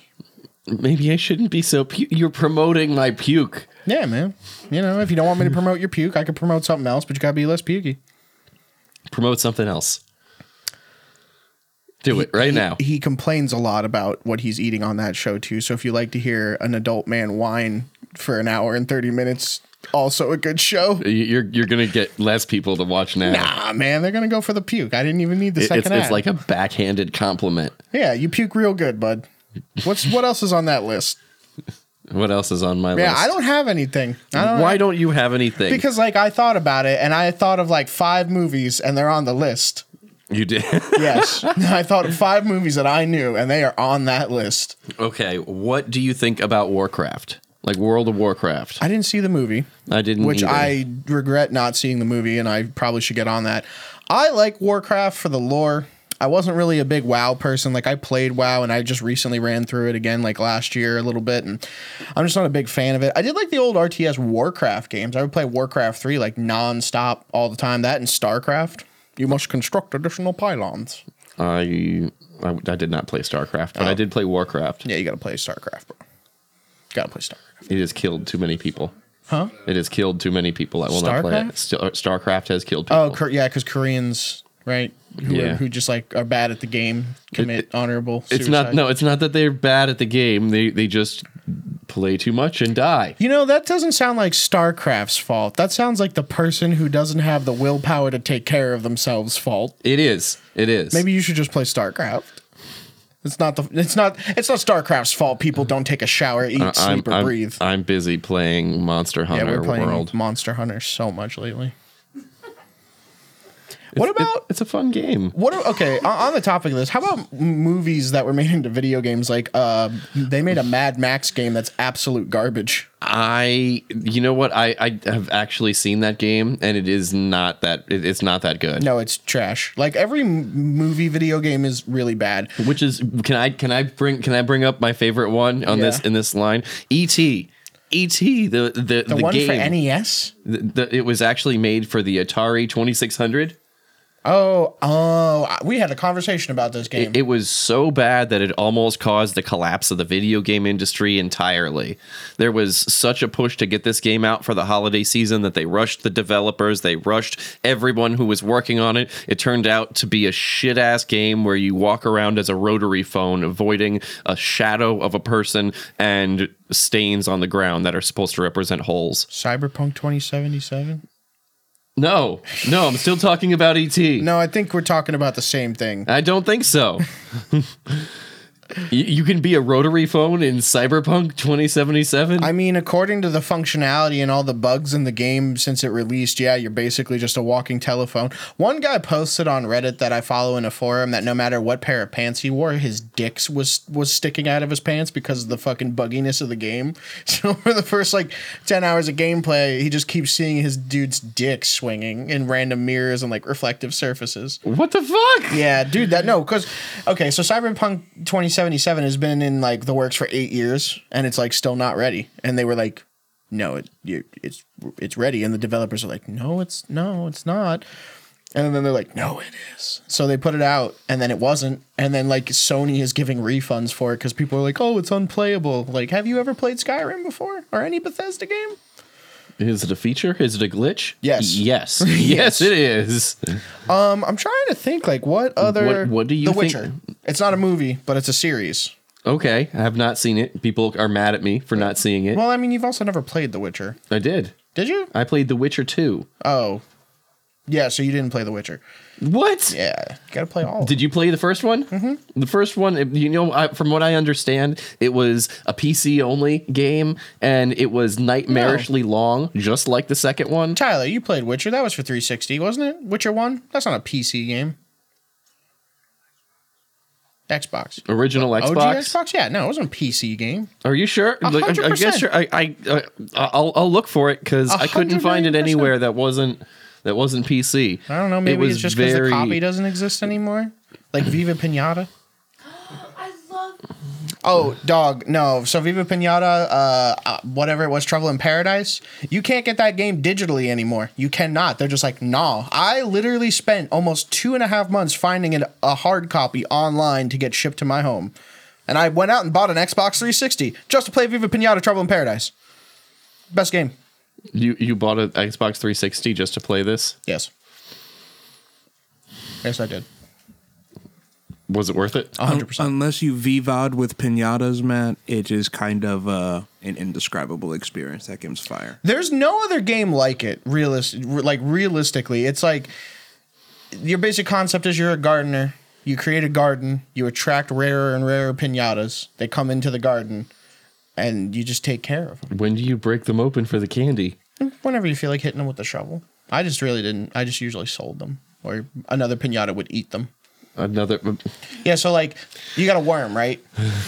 S3: Maybe I shouldn't be so pu- you're promoting my puke.
S4: Yeah, man. You know, if you don't want me to promote your puke, I could promote something else, but you gotta be less pukey.
S3: Promote something else. Do it right now.
S4: He complains a lot about what he's eating on that show too. So if you like to hear an adult man whine for an hour and thirty minutes, also a good show.
S3: Y- You're you're gonna get less people to watch now.
S4: Nah, man, they're gonna go for the puke. I didn't even need the
S3: It-
S4: second
S3: it's, it's
S4: ad.
S3: like a backhanded compliment.
S4: yeah, you puke real good, bud. What's what else is on that list?
S3: What else is on my
S4: Yeah,
S3: list?
S4: I don't have anything. I don't
S3: Why don't you have anything?
S4: because like I thought about it and I thought of like five movies and they're on the list.
S3: you did.
S4: Yes. I thought of five movies that I knew, and they are on that list.
S3: okay, what do you think about Warcraft? Like World of Warcraft?
S4: I didn't see the movie,
S3: I didn't.
S4: which
S3: either.
S4: I regret not seeing the movie, and I probably should get on that. I like Warcraft for the lore. I wasn't really a big WoW person. Like, I played WoW, and I just recently ran through it again, like last year a little bit, and I'm just not a big fan of it. I did like the old RTS Warcraft games. I would play Warcraft 3 like nonstop all the time. That and StarCraft. You must construct additional pylons.
S3: I I, I did not play StarCraft,
S4: Oh.
S3: but I did play Warcraft.
S4: Yeah, you gotta play StarCraft, bro. Gotta play StarCraft.
S3: It has killed too many people.
S4: Huh?
S3: It has killed too many people. I will not play it.
S4: StarCraft?
S3: Star- StarCraft has killed people.
S4: Oh, Kor- yeah, because Koreans, right? Who,
S3: Yeah.
S4: are, who just like are bad at the game, commit
S3: it-
S4: honorable. Suicide.
S3: It's not no, it's not that they're bad at the game. They they just play too much and die.
S4: You know that doesn't sound like StarCraft's fault. That sounds like the person who doesn't have the willpower to take care of themselves' fault.
S3: It is. It is.
S4: Maybe you should just play StarCraft. It's not the. It's not. It's not StarCraft's fault. People don't take a shower, eat,
S3: I- Uh, I'm,
S4: sleep, or
S3: I'm-
S4: breathe.
S3: I'm busy playing Monster
S4: yeah,
S3: Hunter
S4: we're playing
S3: World.
S4: Monster Hunter so much lately. what
S3: It-
S4: about
S3: it's a fun game.
S4: What are, okay, on on the topic of this, how about m- movies that were made into video games? Like, uh, they made a Mad Max game that's absolute garbage.
S3: I you know what? I, I have actually seen that game and it is not that it, it's not that good.
S4: No, it's trash. Like every m- movie video game is really bad.
S3: Which is can I can I bring can I bring up my favorite one on this
S4: Yeah.
S3: in this line? E E.T. E.T. the the, the,
S4: The, one E
S3: game
S4: for NES.
S3: the, the- it was actually made for the Atari 2600.
S4: Oh, oh, I- we had a conversation about this game.
S3: It, it was so bad that it almost caused the collapse of the video game industry entirely. There was such a push to get this game out for the holiday season that they rushed the developers, they rushed everyone who was working on it. It turned out to be a shit ass game where you walk around as a rotary phone, avoiding a shadow of a person and stains on the ground that are supposed to represent holes.
S4: Cyberpunk 2077?
S3: No, no, I'm still talking about E ET.
S4: No, I think we're talking about the same thing.
S3: I don't think so. you, you can be a rotary phone in Cyberpunk 2077?
S4: I mean, according to the functionality and all the bugs in the game since it released, yeah, you're basically just a walking telephone. One guy posted on Reddit that I follow in a forum that no matter what pair of pants he wore, his dicks was was sticking out of his pants because of the fucking bugginess of the game. So for the first like ten hours of gameplay, he just keeps seeing his dude's dick swinging in random mirrors and like reflective surfaces.
S3: what the fuck?
S4: Yeah, dude, that no, because okay, so Cyberpunk 2077 has been in like the works for eight years, and it's like still not ready. And they were like, "No, it you, it's it's ready," and the developers are like, "No, it's no, it's not." And then they're like, "No, it is." So they put it out, and then it wasn't. And then like Sony is giving refunds for it because people are like, "Oh, it's unplayable." Like, have you ever played Skyrim before or any Bethesda game?
S3: Is it a feature? Is it a glitch?
S4: Yes.
S3: Yes. yes, it is.
S4: Um, I'm trying to think like what other.
S3: What- what do you
S4: The
S3: think-
S4: Witcher. It's not a movie, but it's a series.
S3: Okay, I have not seen it. People are mad at me for not seeing it.
S4: Well, I mean, you've also never played The Witcher,
S3: I did.
S4: did you?
S3: I played The Witcher 2.
S4: Oh, yeah. So you didn't play The Witcher.
S3: What?
S4: Yeah, you gotta play all. of
S3: Did you play the first one?
S4: Mm-hmm.
S3: The first one, it- you know, I, from what I understand, it was a PC only game and it was nightmarishly long, just like the second one.
S4: them. Tyler, you played Witcher. That was for 360, wasn't it? Witcher One. That's not a PC game. Xbox.
S3: Original
S4: OG
S3: Xbox.
S4: Xbox. Yeah, no, it wasn't a PC game.
S3: Are you sure?
S4: A
S3: Like, I- I, guess
S4: 100%.
S3: you're, I, I, I I'll, I'll look for it because
S4: A
S3: I couldn't
S4: hundred
S3: find it
S4: million percent.
S3: anywhere that wasn't that wasn't PC.
S4: I don't know. Maybe
S3: was
S4: it's just because the
S3: very-
S4: copy doesn't exist anymore. Like Viva Pinata.
S6: I love
S4: Oh, dog, no. So Viva Pinata, uh, uh, whatever it was, Trouble in Paradise, you can't get that game digitally anymore. You cannot. They're just like, nah. I literally spent almost two and a half months finding an, a hard copy online to get shipped to my home. And I went out and bought an Xbox 360 just to play Viva Pinata Trouble in Paradise. Best game.
S3: You you bought an Xbox 360 just to play this?
S4: Yes. Yes, I did.
S3: Was it worth it?
S4: 100%.
S5: Unless you vivod with pinatas, Matt, it is kind of uh, an indescribable experience. That game's fire.
S4: There's no other game like it. Realist, re- like realistically, it's like your basic concept is you're a gardener. You create a garden. You attract rarer and rarer pinatas. They come into the garden, and you just take care of them
S3: When do you break them open for the candy?
S4: whenever you feel like hitting them with the shovel. I just really didn't. I just usually sold them, or another pinata would eat them.
S3: Another. uh,
S4: Yeah, so like you got a worm, right?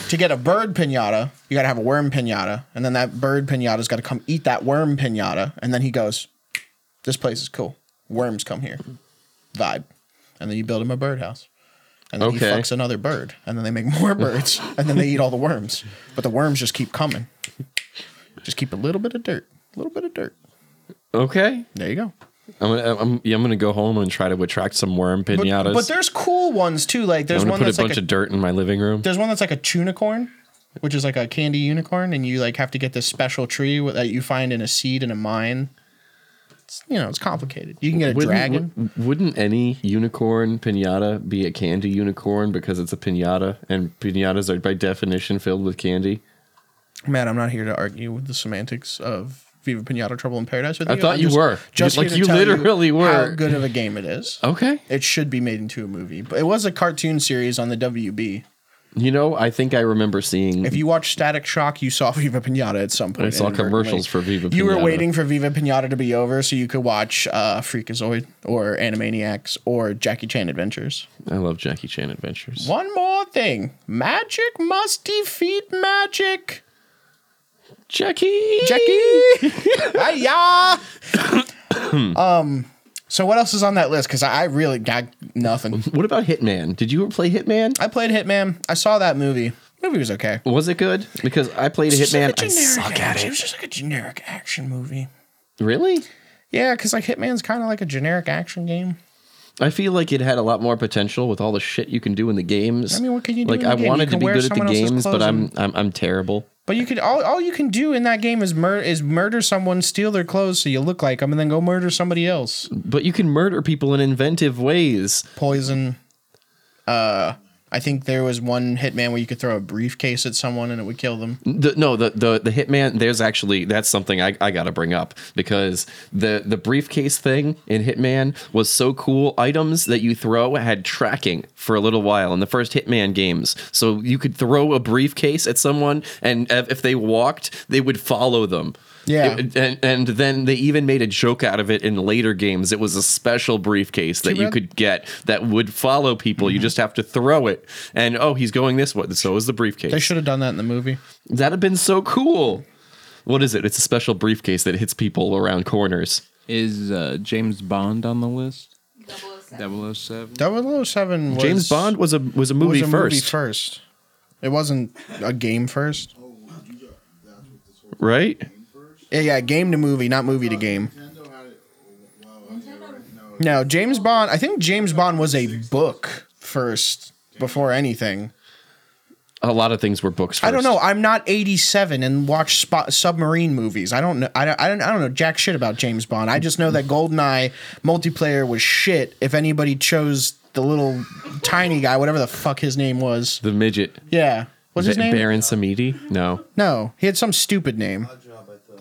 S4: to get a bird pinata, you got to have a worm pinata, and then that bird pinata's got to come eat that worm pinata, and then he goes, "This place is cool. Worms come here, vibe," and then you build him a birdhouse, and then he
S3: Okay.
S4: fucks another bird, and then they make more birds, and then they eat all the worms, but the worms just keep coming. Just keep a little bit of dirt, a little bit of dirt.
S3: Okay,
S4: There you go.
S3: I'm gonna I'm, yeah, I'm gonna go home and try to attract some worm
S4: But,
S3: pinatas.
S4: but there's cool ones too. Like
S3: I'm
S4: there's
S3: gonna
S4: one
S3: put a
S4: that's
S3: bunch
S4: like a
S3: of dirt in my living room.
S4: There's one that's like a tunicorn, which is like a candy unicorn, and you like have to get this special tree wi- that you find in a seed in a mine. It's, you know, it's complicated. You can get a dragon.
S3: w- Wouldn't any unicorn pinata be a candy unicorn because it's a pinata and pinatas are by definition filled with candy?
S4: Matt, I'm not here to argue with the semantics of Viva Pinata Trouble in Paradise with
S3: I
S4: you.
S3: thought
S4: I'm
S3: you were.
S4: Just
S3: Like,
S4: here to
S3: you
S4: tell
S3: literally
S4: How
S3: were. Oh.
S4: good of a game it is.
S3: Okay.
S4: It should be made into a movie, but it was a cartoon series on the WB.
S3: You know, I think I remember seeing.
S4: If you watched Static Shock, you saw Viva Pinata at some point.
S3: I saw
S4: inadvertently.
S3: commercials for Viva
S4: You were
S3: Pinata.
S4: waiting for Viva Pinata to be over so you could watch uh, Freakazoid or Animaniacs or Jackie Chan Adventures.
S3: I love Jackie Chan Adventures.
S4: One more thing magic must defeat magic.
S3: Jackie.
S4: Jackie! Hiya! um, so what else is on that list? Because I I really got nothing.
S3: What about Hitman? Did you ever play Hitman?
S4: I played Hitman. I saw that movie. Movie was okay.
S3: Was it good? Because I played
S4: It's just like
S3: Hitman.
S4: a
S3: I
S4: generic
S3: suck at
S4: action- It
S3: it.
S4: was just like a generic action movie.
S3: Really?
S4: Yeah, because like Hitman's kind of like a generic action game.
S3: I feel like it had a lot more potential with all the shit you can do in the games.
S4: I mean, what can you do
S3: Like
S4: in the
S3: I
S4: game? You
S3: wanted to
S4: can
S3: be
S4: wear
S3: good at the
S4: someone else's
S3: games, but
S4: clothes
S3: I'm
S4: and-
S3: I'm I'm terrible.
S4: But you could all, all you can do in that game is murder is murder someone, steal their clothes so you look like them, and then go murder somebody else.
S3: But you can murder people in inventive ways.
S4: Poison. Uh, I think there was one hitman where you could throw a briefcase at someone and it would kill them.
S3: The, no, the, the the hitman. There's actually that's something I, I got to bring up because the the briefcase thing in Hitman was so cool. Items that you throw had tracking for a little while in the first Hitman games, so you could throw a briefcase at someone, and if if they walked, they would follow them.
S4: Yeah.
S3: It- and and then they even made a joke out of it in later games. It was a special briefcase that you
S4: bad.
S3: could get that would follow people. You
S4: Mm-hmm.
S3: just have to throw it, and oh, he's going this way. So is the briefcase.
S4: They should have done that in the movie.
S3: That'd have been so cool. What is it? It's a special briefcase that hits people around corners.
S5: Is uh, James Bond on the list?
S6: 007.
S5: 007.
S4: 007 was
S3: James Bond was a was a movie
S4: was a
S3: first,
S4: movie first. It wasn't a game first.
S3: right?
S4: Yeah, yeah, game to movie, not movie to game. No, James Bond. I think James Bond was a book first before anything.
S3: A lot of things were books. First.
S4: I don't know. I'm not 87 and watch spot submarine movies. I don't know. I don't, I don't. I don't know jack shit about James Bond. I just know that GoldenEye multiplayer was shit. If anybody chose the little tiny guy, whatever the fuck his name was.
S3: The midget.
S4: Yeah, what's his
S3: Ba-
S4: name?
S3: Baron Samedi? No.
S4: No, he had some stupid name.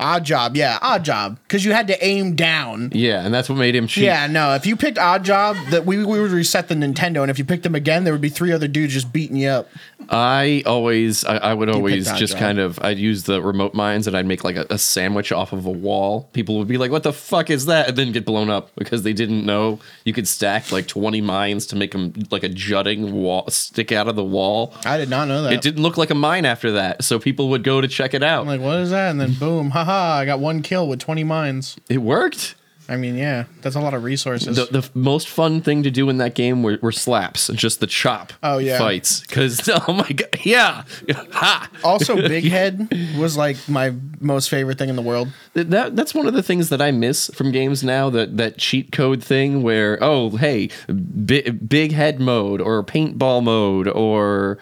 S4: Odd job, yeah, odd job. Because you had to aim down.
S3: Yeah, and that's what made him cheap.
S4: Yeah, no. If you picked odd job, that we we would reset the Nintendo, and if you picked them again, there would be three other dudes just beating you up.
S3: I always, I, I would always
S4: that
S3: just
S4: job.
S3: kind of, I'd use the remote mines and I'd make like a, a sandwich off of a wall. People would be like, what the fuck is that? And then get blown up because they didn't know you could stack like 20 mines to make them like a jutting wall, stick out of the wall.
S4: I did not know that.
S3: It didn't look like a mine after that, so people would go to check it out.
S4: I'm Oh. like, what is that? And then boom, haha! I got one kill with 20 mines.
S3: it worked.
S4: I mean, yeah, that's a lot of resources.
S3: The, the f- most fun thing to do in that game were, were slaps, just the chop
S4: Oh, yeah.
S3: fights. Because, oh my God, yeah. ha!
S4: also, Big Head was like my most favorite thing in the world.
S3: Th- that that's one of the things that I miss from games now that that cheat code thing where oh hey bi- big head mode or paintball mode or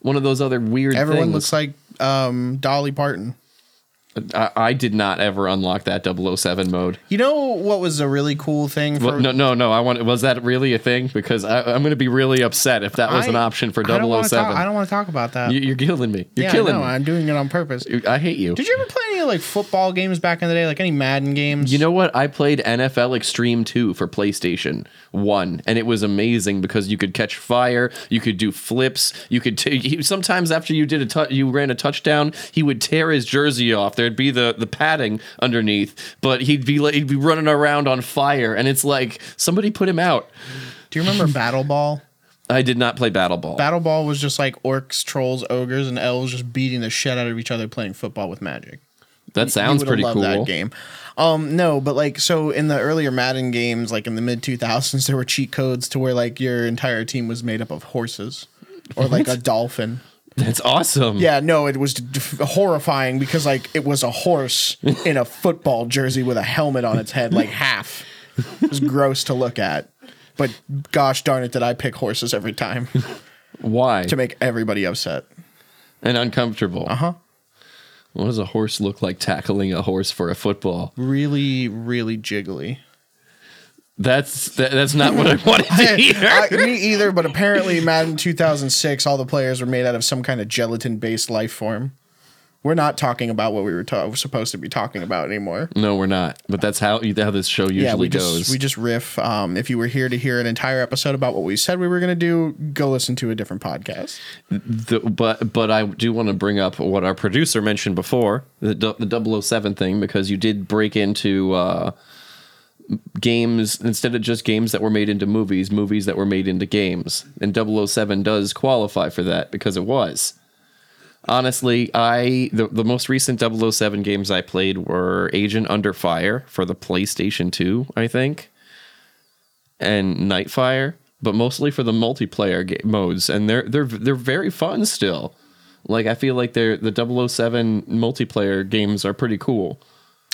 S3: one of those other weird
S4: Everyone
S3: things.
S4: looks like um, Dolly Parton.
S3: I, I did not ever unlock that 007 mode.
S4: You know what was a really cool thing for
S3: Well, no no no I want was that really a thing because I, I'm going to be really upset if that was an
S4: I-
S3: option for
S4: I don't wanna
S3: 007.
S4: talk- I don't want to talk about that.
S3: you, you're killing me. You're
S4: yeah,
S3: killing
S4: I know.
S3: me.
S4: I'm doing it on purpose.
S3: I hate you.
S4: Did you ever play any like football games back in the day, like any Madden games?
S3: You know what? I played NFL Extreme 2 for PlayStation 1, and it was amazing because you could catch fire, you could do flips, you could t- he, sometimes after you did a tou- you ran a touchdown, he would tear his jersey off. There'd be the the padding underneath, but he'd be like, he'd be running around on fire and it's like somebody put him out.
S4: do you remember Battle Ball?
S3: I did not play Battle Ball.
S4: Battle Ball was just like orcs, trolls, ogres, and elves just beating the shit out of each other playing football with magic.
S3: that sounds
S4: you would
S3: pretty
S4: have
S3: cool.
S4: loved That game. Um, no, but like so in the earlier Madden games, like in the mid two thousands, there were cheat codes to where like your entire team was made up of horses or like a dolphin.
S3: That's awesome.
S4: Yeah, no, it was d- d- horrifying because like it was a horse in a football jersey with a helmet on its head, like half. It was gross to look at. But gosh darn it, did I pick horses every time
S3: Why?
S4: to make everybody upset?
S3: and uncomfortable.
S4: Uh-huh.
S3: What does a horse look like tackling a horse for a football?
S4: Really, really jiggly.
S3: That's that, that's not what I wanted to hear.
S4: I, me either, but apparently, Madden 2006, all the players were made out of some kind of gelatin based life form. We're not talking about what we were ta- supposed to be talking about anymore.
S3: No, we're not. But that's how how this show usually
S4: yeah, we
S3: goes.
S4: just we just riff. Um, if you were here to hear an entire episode about what we said we were going to do, go listen to a different podcast.
S3: The- but but I do want to bring up what our producer mentioned before the du- the 007 thing because you did break into uh, games instead of just games that were made into movies, movies that were made into games, and 007 does qualify for that because it was. Honestly, I the, the most recent 007 games I played were Agent Under Fire for the PlayStation 2, I think, and Nightfire, but mostly for the multiplayer ga- modes, and they're they're they're very fun still. Like I feel like they're the 007 multiplayer games are pretty cool.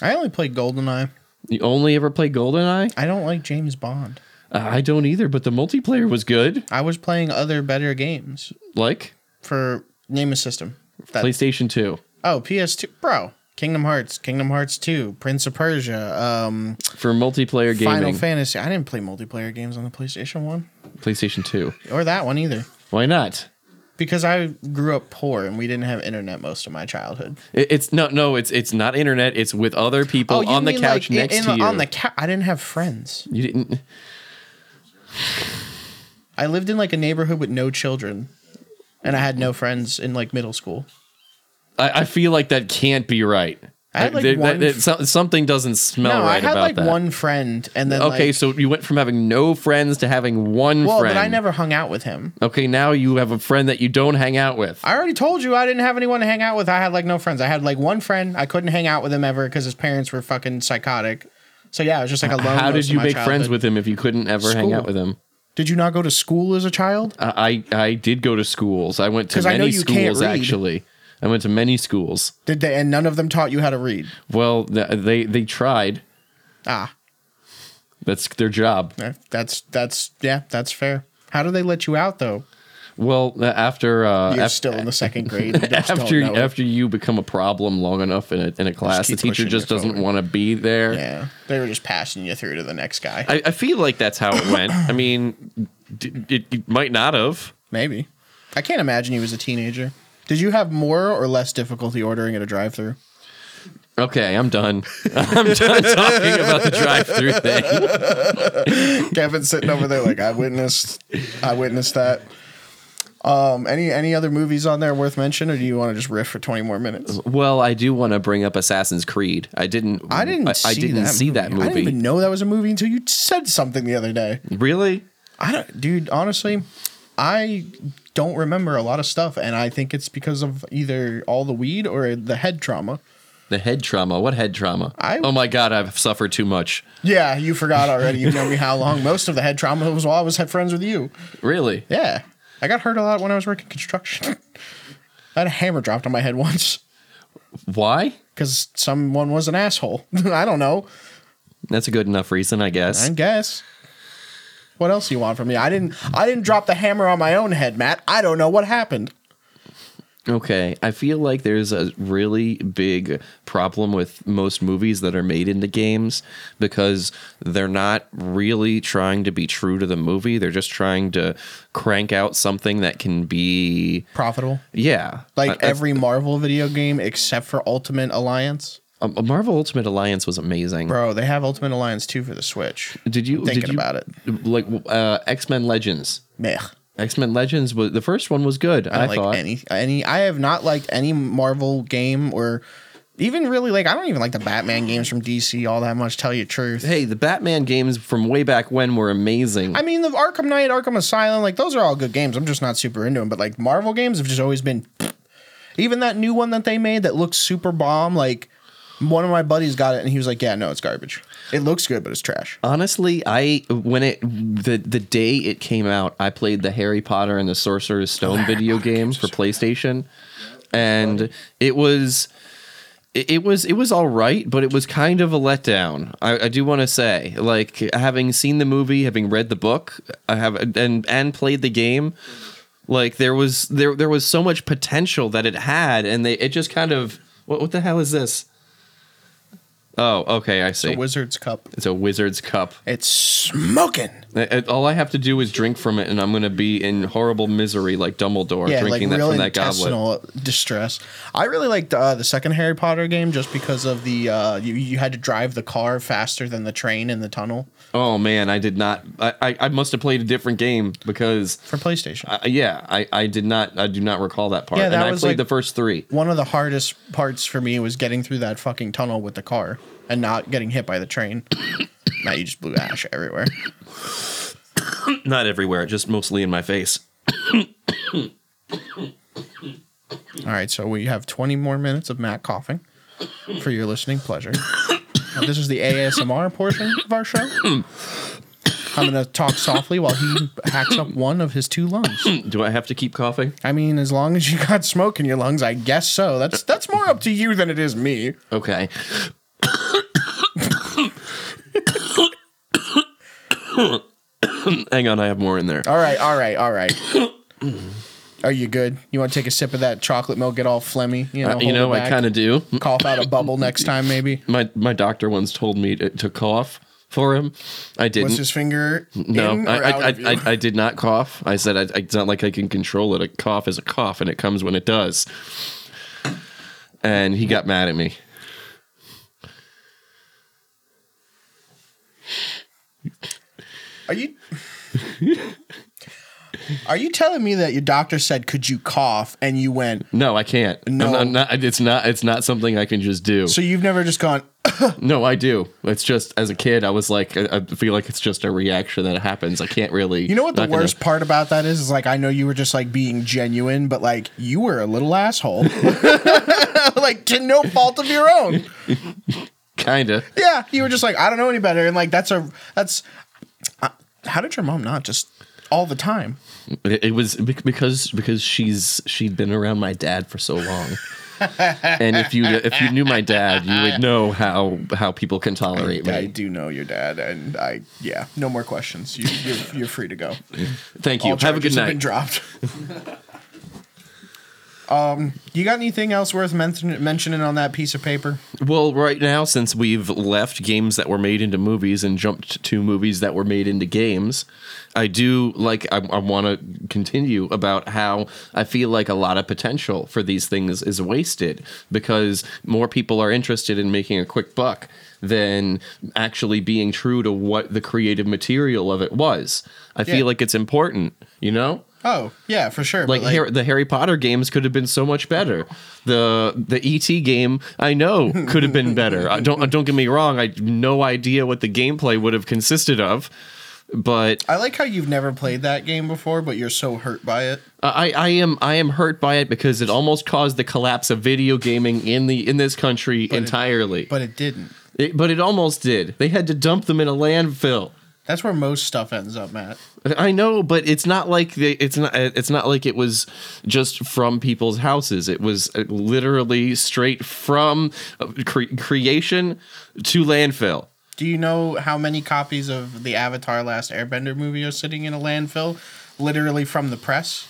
S4: I only played GoldenEye.
S3: You only ever play GoldenEye?
S4: I don't like James Bond.
S3: I don't either, but the multiplayer was good.
S4: I was playing other better games
S3: Like
S4: for name a system. That,
S3: PlayStation 2.
S4: oh, PS2, bro. Kingdom Hearts, Kingdom Hearts 2, Prince of Persia, um,
S3: For multiplayer
S4: Final
S3: gaming,
S4: Fantasy. I didn't play multiplayer games on the PlayStation 1
S3: PlayStation 2.
S4: or that one either
S3: Why not?
S4: because I grew up poor and we didn't have internet most of my childhood.
S3: It, it's no, no. It's it's not internet. It's with other people
S4: Oh, you
S3: on the
S4: mean, like,
S3: couch
S4: in-
S3: next
S4: in
S3: to
S4: the-
S3: you.
S4: On the couch, I didn't have friends.
S3: you didn't.
S4: I lived in like a neighborhood with no children, and I had no friends in like middle school.
S3: I, I feel like that can't be right.
S4: I had, like,
S3: There- that-
S4: one
S3: that-
S4: f-
S3: so- something doesn't smell
S4: no,
S3: right
S4: I had
S3: about
S4: like
S3: that.
S4: one friend, and then
S3: okay,
S4: like-
S3: so you went from having no friends to having one
S4: well,
S3: friend.
S4: but I never hung out with him.
S3: Okay, now you have a friend that you don't hang out with.
S4: I already told you I didn't have anyone to hang out with. I had like no friends. I had like one friend. I couldn't hang out with him ever because his parents were fucking psychotic. So yeah, I was just like alone.
S3: How
S4: most
S3: did
S4: of
S3: you
S4: my
S3: make
S4: childhood.
S3: friends with him if you couldn't ever hang out
S4: School.
S3: with him?
S4: Did you not go to school as a child?
S3: I I, I did go to schools. I went to
S4: 'Cause I know
S3: many
S4: you can't
S3: schools
S4: read.
S3: actually. I went to many schools.
S4: Did they? And none of them taught you how to read.
S3: Well, th- they they tried.
S4: Ah,
S3: That's their job.
S4: eh, that's that's yeah, that's fair. How do they let you out though?
S3: Well, uh, after uh,
S4: You're
S3: af-
S4: still in the second grade. You just don't
S3: after
S4: know it.
S3: after you become a problem long enough in a in a class, the
S4: keep
S3: teacher
S4: pushing
S3: just
S4: you
S3: doesn't
S4: forward.
S3: want to be there.
S4: yeah, they were just passing you through to the next guy.
S3: I, I feel like that's how it went. I mean, d- it, it might not have.
S4: Maybe. I can't imagine you as a teenager. Did you have more or less difficulty ordering at a drive-through?
S3: Okay, I'm done. I'm done talking about the drive-through thing.
S4: Kevin's sitting over there like I witnessed. I witnessed that. Um, any any other movies on there worth mention, or do you want to just riff for twenty more minutes?
S3: Well, I do want to bring up Assassin's Creed. I didn't.
S4: I didn't.
S3: I,
S4: see
S3: I didn't
S4: that
S3: see that
S4: I didn't
S3: movie.
S4: even know that was a movie until you said something the other day.
S3: really?
S4: I don't, dude. Honestly, I don't remember a lot of stuff, and I think it's because of either all the weed or the head trauma.
S3: The head trauma. What head trauma?
S4: I-
S3: oh my god, I've suffered too much.
S4: Yeah, you forgot already. You know me how long. Most of the head trauma was while I was friends with you.
S3: Really?
S4: Yeah. I got hurt a lot when I was working construction. I had a hammer dropped on my head once
S3: Why?
S4: because someone was an asshole. I don't know.
S3: That's a good enough reason, I guess.
S4: I guess. What else do you want from me? I didn't. I didn't drop the hammer on my own head, Matt. I don't know what happened.
S3: Okay, I feel like there's a really big problem with most movies that are made into games because they're not really trying to be true to the movie. They're just trying to crank out something that can be,
S4: Profitable,
S3: yeah,
S4: like
S3: I- I-
S4: every Marvel video game except for Ultimate Alliance.
S3: um, Marvel Ultimate Alliance was amazing.
S4: Bro, they have Ultimate Alliance two for the Switch.
S3: did you
S4: thinking
S3: did you,
S4: about it?
S3: Like uh, X Men Legends.
S4: Meh.
S3: X Men Legends was the first one was good.
S4: I
S3: I,
S4: don't like
S3: thought.
S4: any any I have not liked any Marvel game or even really like I don't even like the Batman games from DC all that much, tell you the truth.
S3: Hey, the Batman games from way back when were amazing.
S4: I mean the Arkham Knight, Arkham Asylum, like those are all good games. I'm just not super into them, but like Marvel games have just always been even that new one that they made that looks super bomb, like one of my buddies got it and he was like, Yeah, no, it's garbage. It looks good, but it's trash.
S3: Honestly, I when it the the day it came out, I played the Harry Potter and the Sorcerer's Stone video game for PlayStation, and it was it it was it was all right, but it was kind of a letdown. I, I do want to say, like having seen the movie, having read the book, I have and and played the game. Like there was there there was so much potential that it had, and they it just kind of what what the hell is this? Oh, okay, I see.
S4: The Wizard's Cup.
S3: It's a wizard's cup.
S4: It's smoking.
S3: Uh, All I have to do is drink from it, and I'm going to be in horrible misery like Dumbledore drinking that from that goblet.
S4: distress. I really liked uh, the second Harry Potter game just because of the uh, you you had to drive the car faster than the train in the tunnel
S3: Oh man, I did not. I, I, I must have played a different game because,
S4: for PlayStation.
S3: uh, yeah, I, I did not. I do not recall that part.
S4: Yeah, that
S3: and I
S4: was
S3: played
S4: like-
S3: the first three.
S4: One of the hardest parts for me was getting through that fucking tunnel with the car and not getting hit by the train. now you just blew ash everywhere.
S3: Not everywhere, just mostly in my face.
S4: All right, so we have 20 more minutes of Matt coughing for your listening pleasure. Now, this is the ASMR portion of our show. I'm going to talk softly while he hacks up one of his two lungs.
S3: Do I have to keep coughing?
S4: I mean, as long as you got smoke in your lungs, I guess so. That's that's more up to you than it is me.
S3: Okay. Hang on, I have more in there.
S4: All right, all right, all right. Are you good? You want to take a sip of that chocolate milk? Get all phlegmy. You know,
S3: Uh, you know, I kind
S4: of
S3: of do.
S4: cough out a bubble next time. Maybe
S3: My my doctor once told me to, to cough for him. I didn't.
S4: was his finger
S3: no,
S4: in or
S3: I,
S4: out
S3: I, I,
S4: of you?
S3: I, I did not cough. I said I, I- it's not like I can control it. A cough is a cough, and it comes when it does. And he got mad at me.
S4: Are you? Are you telling me that your doctor said could you cough and you went?
S3: No, I can't. I'm
S4: No.
S3: not- I'm not- it's not. It's not something I can just do.
S4: So you've never just gone.
S3: no, I do. It's just as a kid, I was like, I, I feel like it's just a reaction that happens. I can't really.
S4: You know what the
S3: not gonna-
S4: worst part about that is? Is like I know you were just like being genuine, but like you were a little asshole, like to no fault of your own.
S3: kinda.
S4: Yeah, you were just like I don't know any better, and like that's a that's. Uh, how did your mom not just all the time?
S3: It, it was bec- because because she's she'd been around my dad for so long. and if you if you knew my dad, you would know how how people can tolerate
S4: I
S3: me.
S4: do know your dad, and I yeah, no more questions. You, you're, you're free to go.
S3: Thank
S4: All
S3: you. Have a
S4: charges
S3: good
S4: have Been
S3: night.
S4: dropped. um, you got anything else worth mention- mentioning on that piece of paper?
S3: Well, right now since we've left games that were made into movies and jumped to movies that were made into games, I do like I, I want to continue about how I feel like a lot of potential for these things is wasted because more people are interested in making a quick buck than actually being true to what the creative material of it was. I
S4: Yeah.
S3: feel like it's important, you know?
S4: Oh yeah, for sure. but,
S3: like, Har- the Harry Potter games could have been so much better. The the ET game I know could have been better. I don't don't get me wrong. I no idea what the gameplay would have consisted of, but
S4: I like how you've never played that game before, but you're so hurt by it.
S3: I, I am I am hurt by it because it almost caused the collapse of video gaming in the in this country entirely.
S4: But it didn't.
S3: it, but it almost did. They had to dump them in a landfill.
S4: That's where most stuff ends up, Matt.
S3: I know, but it's not like the, it's not it's not like it was just from people's houses. It was uh, literally straight from uh, cre- creation to landfill.
S4: Do you know how many copies of the Avatar: Last Airbender movie are sitting in a landfill? Literally from the press.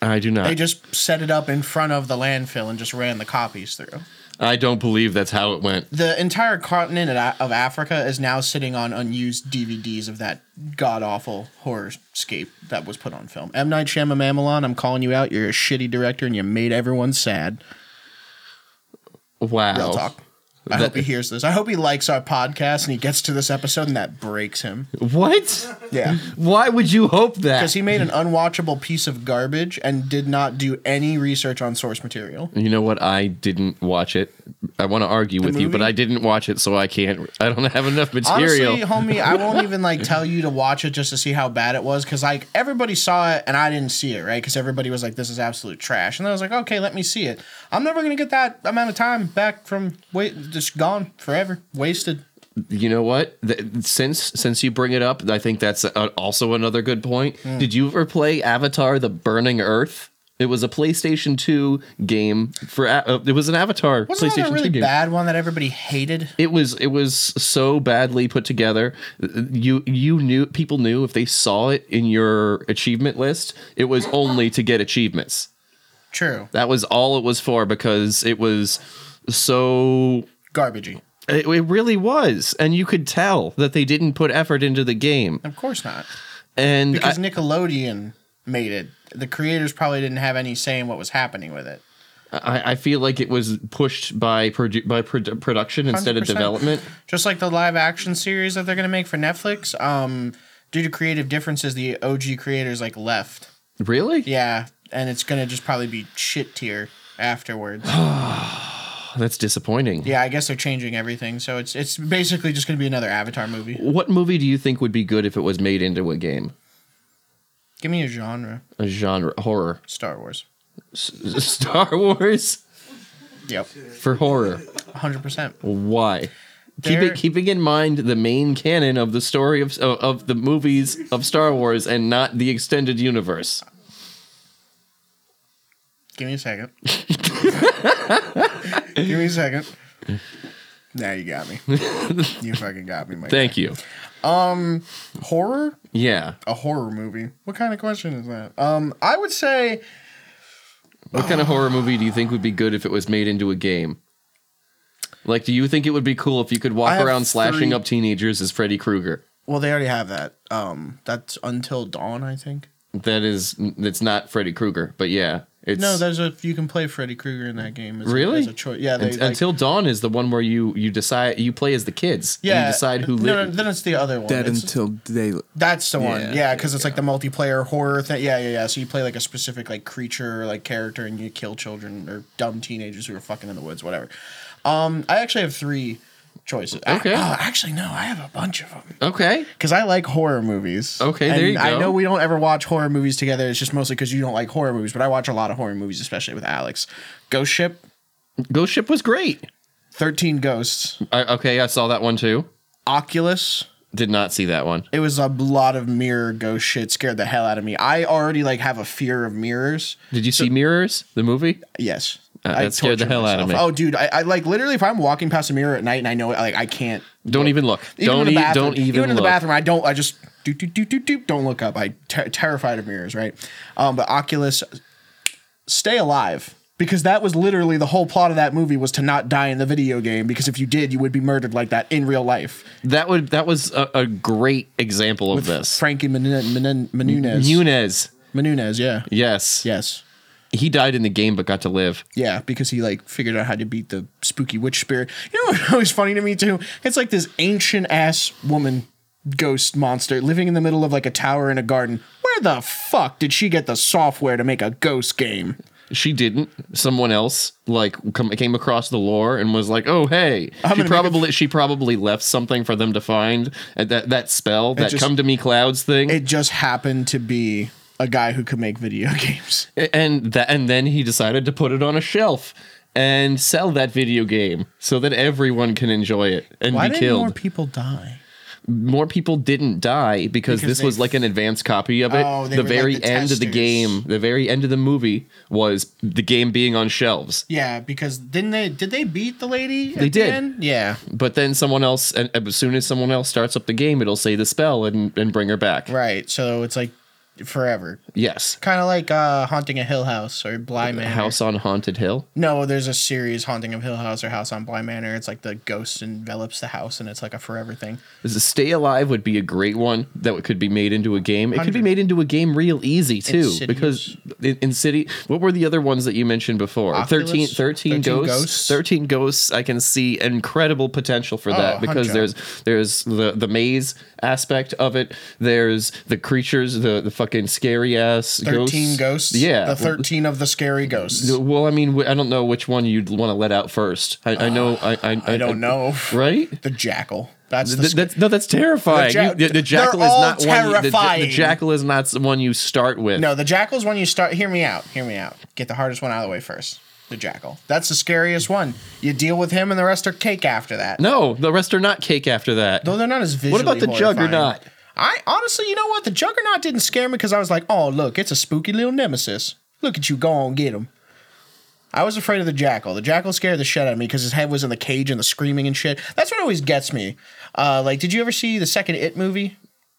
S3: I do
S4: They
S3: not.
S4: just set it up in front of the landfill and just ran the copies through.
S3: I don't believe that's how it went.
S4: The entire continent of Af- of Africa is now sitting on unused DVDs of that god awful horrorscape that was put on film. M Night Shyamalan, I'm calling you out. You're a shitty director and you made everyone sad.
S3: Wow.
S4: Real talk. I hope he hears this. I hope he likes our podcast and he gets to this episode and that breaks him.
S3: What?
S4: Yeah.
S3: Why would you hope that?
S4: Because he made an unwatchable piece of garbage and did not do any research on source material.
S3: You know what? I didn't watch it. I want to argue with you, but
S4: movie?
S3: I didn't watch it, so I can't. I don't have enough
S4: Honestly,
S3: material.
S4: homie, I won't even like tell you to watch it just to see how bad it was because like everybody saw it and I didn't see it, right? Because everybody was like, "This is absolute trash," and I was like, "Okay, let me see it." I'm never gonna get that amount of time back from wait, just gone forever, wasted.
S3: you know what? Th- since since you bring it up, I think that's uh also another good point.
S4: Hmm.
S3: Did you ever play Avatar: The Burning Earth? It was a PlayStation 2 game for a- uh, it was an Avatar
S4: Wasn't that
S3: PlayStation
S4: a really
S3: 2 game.
S4: bad one that everybody hated?
S3: It was it was so badly put together. You you knew people knew if they saw it in your achievement list, it was only to get achievements.
S4: True,
S3: That was all it was for because it was so
S4: garbagey.
S3: it, it really was and you could tell that they didn't put effort into the game.
S4: Of course not,
S3: And
S4: because
S3: I-
S4: Nickelodeon made it. The creators probably didn't have any say in what was happening with it.
S3: I, I feel like it was pushed by produ- by produ- production instead of
S4: 100%.
S3: development.
S4: just like the live action series that they're gonna make for Netflix. Um, due to creative differences, the OG creators like left.
S3: Really?
S4: Yeah, and it's gonna just probably be shit tier afterwards.
S3: That's disappointing.
S4: yeah, I guess they're changing everything, so it's it's basically just gonna be another Avatar movie.
S3: What movie do you think would be good if it was made into a game?
S4: Give me a genre,
S3: A genre horror.
S4: Star Wars.
S3: S- Star Wars
S4: Yep,
S3: for horror.
S4: hundred percent.
S3: Why? Keep
S4: There-
S3: it, keeping in mind the main canon of the story of of- of the movies of Star Wars and not the extended universe.
S4: Give me a second. Give me a second. Now you got me. you fucking got me, Mike.
S3: Thank you.
S4: Horror?
S3: Yeah.
S4: A horror movie. What kind of question is that? Um, I would say
S3: What kind of horror movie do you think would be good if it was made into a game? Like, do you think it would be cool if you could
S4: I
S3: walk
S4: have
S3: around slashing
S4: three-
S3: up teenagers as Freddy Krueger?
S4: well, they already have that. Um, that's Until Dawn, I think.
S3: That is, it's not Freddy Krueger, but yeah, it's
S4: No, there's a you can play Freddy Krueger in that game. As
S3: Really?
S4: A, as a choice. Yeah, they,
S3: Unt-
S4: like-
S3: until dawn is the one where you you decide you play as the kids. and
S4: yeah,
S3: you decide who
S4: No, no,
S3: lives.
S4: then it's the other one.
S5: Dead
S4: It's-
S5: until they.
S4: That's the one.
S5: Yeah,
S4: Yeah, because it's like the multiplayer horror thing. Yeah, yeah, yeah. So you play like a specific like creature or like character and you kill children or dumb teenagers who are fucking in the woods, whatever. Um, I actually have three choices. I-
S3: Okay.
S4: oh, actually, no, I have a bunch of them
S3: Okay,
S4: because I like horror movies.
S3: Okay,
S4: and
S3: there you
S4: I
S3: go.
S4: know we don't ever watch horror movies together. It's just mostly because you don't like horror movies, but I watch a lot of horror movies, especially with Alex. Ghost Ship,
S3: Ghost Ship was great.
S4: Thirteen Ghosts,
S3: I, okay, I saw that one too.
S4: Oculus.
S3: Did not see that one.
S4: it was a lot of mirror ghost shit scared the hell out of me i already like have a fear of mirrors
S3: Did you see Mirrors, the movie?
S4: yes
S3: Uh,
S4: I
S3: that scared the
S4: torture
S3: hell out of
S4: oh dude I, I like literally if i'm walking past a mirror at night and i know it like i can't
S3: Don't even look.
S4: even
S3: don't
S4: in the
S3: e-
S4: bathroom,
S3: don't even,
S4: in the
S3: look.
S4: bathroom i don't i just do do do do do don't look up i ter- terrified of mirrors right um but oculus stay alive because that was literally the whole plot of that movie was to not die in the video game because if you did you would be murdered like that in real life
S3: That would that was a, a great example of this.
S4: frankie Menune- Menune- menunez
S3: Nunez.
S4: menunez yeah
S3: Yes.
S4: yes
S3: He died in the game but got to live.
S4: Yeah, because he like figured out how to beat the spooky witch spirit. You know what was funny to me too? It's like this ancient ass woman ghost monster living in the middle of like a tower in a garden. Where the fuck did she get the software to make a ghost game?
S3: She didn't. Someone else like come, came across the lore and was like, "Oh
S4: I'm
S3: hey." she
S4: gonna make
S3: probably she probably left something for them to find. And that that spell, that
S4: just-
S3: come to me clouds thing.
S4: It just happened to be a guy who could make video games.
S3: and that and then he decided to put it on a shelf and sell that video game so that everyone can enjoy it and
S4: Why
S3: be
S4: did
S3: killed.
S4: more
S3: More,
S4: people die?
S3: people didn't die
S4: Because
S3: because, this was
S4: they-
S3: like an advanced copy of it.
S4: Oh, they
S3: the
S4: were like
S3: very
S4: the
S3: end of the
S4: testers.
S3: game, the very end of the movie was the game being on shelves.
S4: Yeah, because didn't they did they beat the lady? They
S3: did.
S4: Yeah.
S3: But then someone else and as soon as someone else starts up the game, it'll say the spell and and bring her back.
S4: Right. So it's like forever.
S3: Yes.
S4: Kind of like uh haunting a hill house or Bly Manor.
S3: House on Haunted Hill.
S4: No, there's a series, Haunting of Hill House or House on Bly Manor. It's like the ghost envelops the house and it's like a forever thing.
S3: This is Stay Alive would be a great one that could be made into a game. It could be
S4: 100.
S3: made into a game real easy too,
S4: Insidious.
S3: because in, in City, what were the other ones that you mentioned before?
S4: Oculus?
S3: 13, 13
S4: 13
S3: ghosts,
S4: Ghosts.
S3: Thirteen ghosts. I can see incredible potential for that because
S4: 100.
S3: there's there's the the maze aspect of it. There's the creatures, the the fucking scary ass
S4: 13 ghosts.
S3: Yeah,
S4: The 13 of the scary ghosts.
S3: Uh, Well, I mean, w- I don't know which one you'd want to let out first. I, I know. I I,
S4: I don't know.
S3: Right?
S4: The jackal. That's the,
S3: Th-
S4: sc-
S3: that's, no, that's terrifying.
S4: The ja-
S3: You- the, the
S4: they're
S3: jackal is
S4: all
S3: not one. You, the, ja- the
S4: terrifying.
S3: jackal is not the one you start with.
S4: No, the jackal's when you start hear me out. Hear me out. Get the hardest one out of the way first. The jackal. That's the scariest one. You deal with him and the rest are cake after that.
S3: no, the rest are not cake after that.
S4: Though they're not as visually
S3: what about the
S4: horrifying.
S3: juggernaut?
S4: I honestly, you know what? The juggernaut didn't scare me because I was like, oh, look, it's a spooky little nemesis. Look at you, go on, get him. I was afraid of the jackal. The jackal scared the shit out of me because his head was in the cage and the screaming and shit. That's what always gets me. Uh, like, did you ever see the second It movie?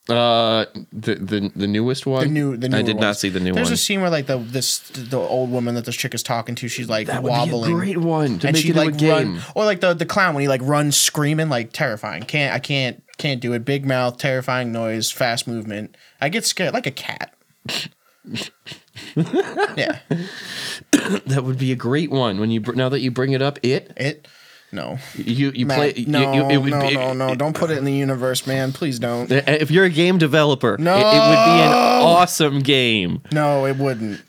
S3: Uh, the, the the newest one.
S4: The new, the new.
S3: I did not see the new
S4: There's
S3: one.
S4: a scene where like the this the old woman that this chick is talking to, she's like
S3: that would
S4: wobbling.
S3: be a great one to
S4: and
S3: make
S4: she
S3: into
S4: like
S3: a game.
S4: run or like the the clown when he like runs screaming like terrifying can't i can't can't do it big mouth terrifying noise fast movement i get scared like a cat yeah
S3: That would be a great one when you br- now that you bring it up. It
S4: it no
S3: you you
S4: Matt,
S3: play you-
S4: no
S3: you, it would
S4: no
S3: be-
S4: no no don't put it in the universe man please don't
S3: If you're a game developer,
S4: No!
S3: it, it would be an awesome game.
S4: no it wouldn't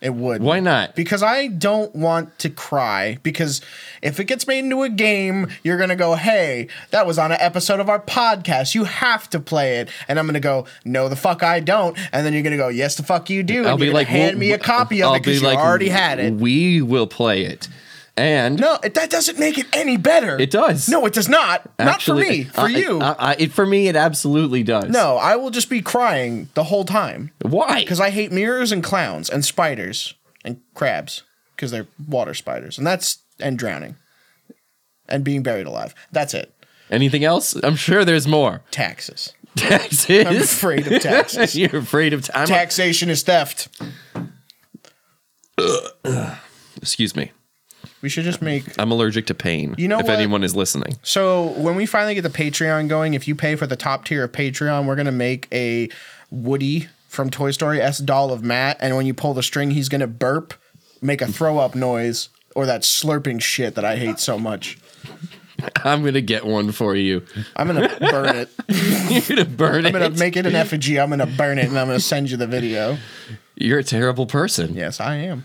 S4: it would
S3: Why not?
S4: because I don't want to cry. Because if it gets made into a game, you're gonna go, "Hey, that was on an episode of our podcast. You have to play it." And I'm gonna go, "No, the fuck I don't." And then you're gonna go, "Yes, the fuck you do." And
S3: I'll
S4: you're
S3: be
S4: gonna
S3: like,
S4: "Hand
S3: we'll-
S4: me a copy of
S3: I'll
S4: it because
S3: be
S4: you
S3: like,
S4: already had it."
S3: We will play it, and
S4: no, it, that doesn't make it any better.
S3: It does.
S4: No, it does not. not for me. For
S3: uh,
S4: you.
S3: uh, uh, it, for me, it absolutely does.
S4: no, I will just be crying the whole time
S3: why?
S4: because I hate mirrors and clowns and spiders and crabs because they're water spiders and that's and drowning. and being buried alive. That's it.
S3: Anything else? I'm sure there's more.
S4: Taxes.
S3: Taxes.
S4: I'm afraid of taxes.
S3: You're afraid of time.
S4: Taxation is theft.
S3: Excuse me.
S4: We should just make
S3: I'm allergic to pain.
S4: You know
S3: if
S4: what?
S3: anyone is listening.
S4: So when we finally get the Patreon going, if you pay for the top tier of Patreon, we're gonna make a Woody from Toy Story S doll of Matt, and when you pull the string, he's gonna burp, make a throw up noise, or that slurping shit that I hate so much.
S3: I'm gonna get one for you.
S4: I'm gonna burn it.
S3: You're gonna burn
S4: I'm gonna
S3: it.
S4: make it an effigy. I'm gonna burn it, and I'm gonna send you the video.
S3: You're a terrible person.
S4: Yes, I am.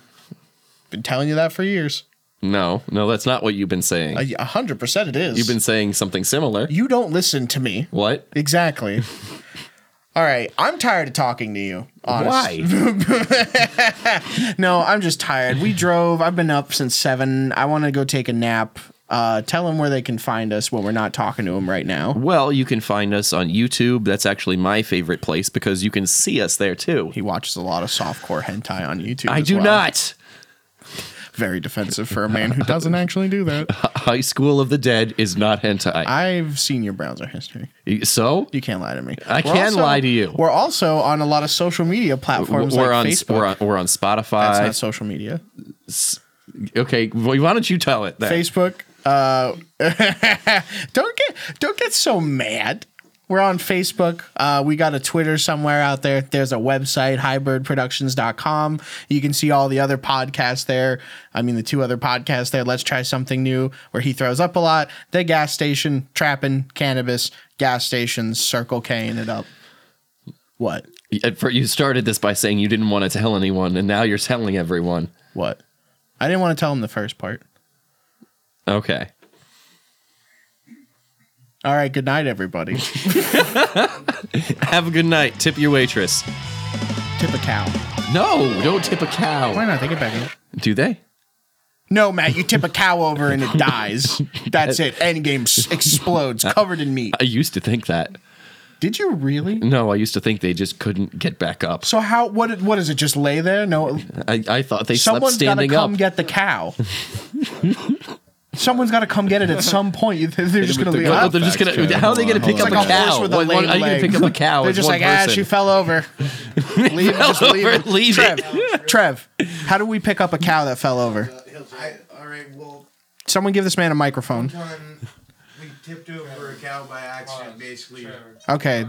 S4: Been telling you that for years.
S3: No, no, that's not what you've been saying.
S4: A hundred percent, it is.
S3: You've been saying something similar.
S4: You don't listen to me.
S3: What?
S4: Exactly. All right, I'm tired of talking to you. Honest.
S3: Why?
S4: No, I'm just tired. We drove. I've been up since seven. I want to go take a nap. Uh, tell them where they can find us when we're not talking to them right now.
S3: well, you can find us on YouTube. That's actually my favorite place because you can see us there too.
S4: He watches a lot of softcore hentai on YouTube.
S3: I
S4: as
S3: do
S4: well.
S3: not.
S4: Very defensive for a man who doesn't actually do that.
S3: High School of the Dead is not hentai.
S4: I've seen your browser history.
S3: so
S4: You can't lie to me.
S3: I can lie to you.
S4: We're also on a lot of social media platforms
S3: we're,
S4: like
S3: on,
S4: Facebook.
S3: we're on we're on
S4: That's
S3: Spotify.
S4: not social media.
S3: okay, well, why don't you tell it? Then?
S4: Facebook. Uh, don't get don't get so mad. We're on Facebook. Uh, we got a Twitter somewhere out there. There's a website, highbirdproductions.com. You can see all the other podcasts there. I mean, the two other podcasts there, Let's Try Something New, where he throws up a lot, The Gas Station, Trapping, Cannabis, Gas Stations, Circle K-ing it up. What?
S3: At fir- you started this by saying you didn't want to tell anyone, and now you're telling everyone.
S4: What? I didn't want to tell him the first part.
S3: Okay.
S4: All right, good night, everybody.
S3: Have a good night. Tip your waitress.
S4: Tip a cow.
S3: No, don't tip a
S4: Why
S3: cow.
S4: not? Take it back in.
S3: Do they?
S4: No, Matt, you tip a cow over and it dies. That's it. Endgame s- explodes, covered in meat.
S3: I used to think that.
S4: Did you really?
S3: No, I used to think they just couldn't get back up.
S4: So how? What? did- What does it? Just lay there? No,
S3: I, I thought they
S4: someone's got
S3: slept
S4: to
S3: standing
S4: come
S3: up.
S4: get the cow. Someone's got to come get it at some point. You th- They're just gonna leave.
S3: Well,
S4: it.
S3: they're just gonna. How are they gonna pick
S4: It's
S3: up
S4: like
S3: a
S4: a horse
S3: cow?
S4: with a
S3: One-
S4: lame
S3: one- How are you gonna pick
S4: leg.
S3: up a cow?
S4: They're
S3: as
S4: just
S3: one
S4: like, ah, she
S3: person?"
S4: fell over. leave, it, just leave
S3: over,
S4: it.
S3: leave
S4: Trev,
S3: it.
S4: Trev, how do we pick up a cow that fell over?
S7: I, all right, well,
S4: Someone give this man a microphone.
S7: done. We tipped over a cow by accident, basically.
S4: Okay,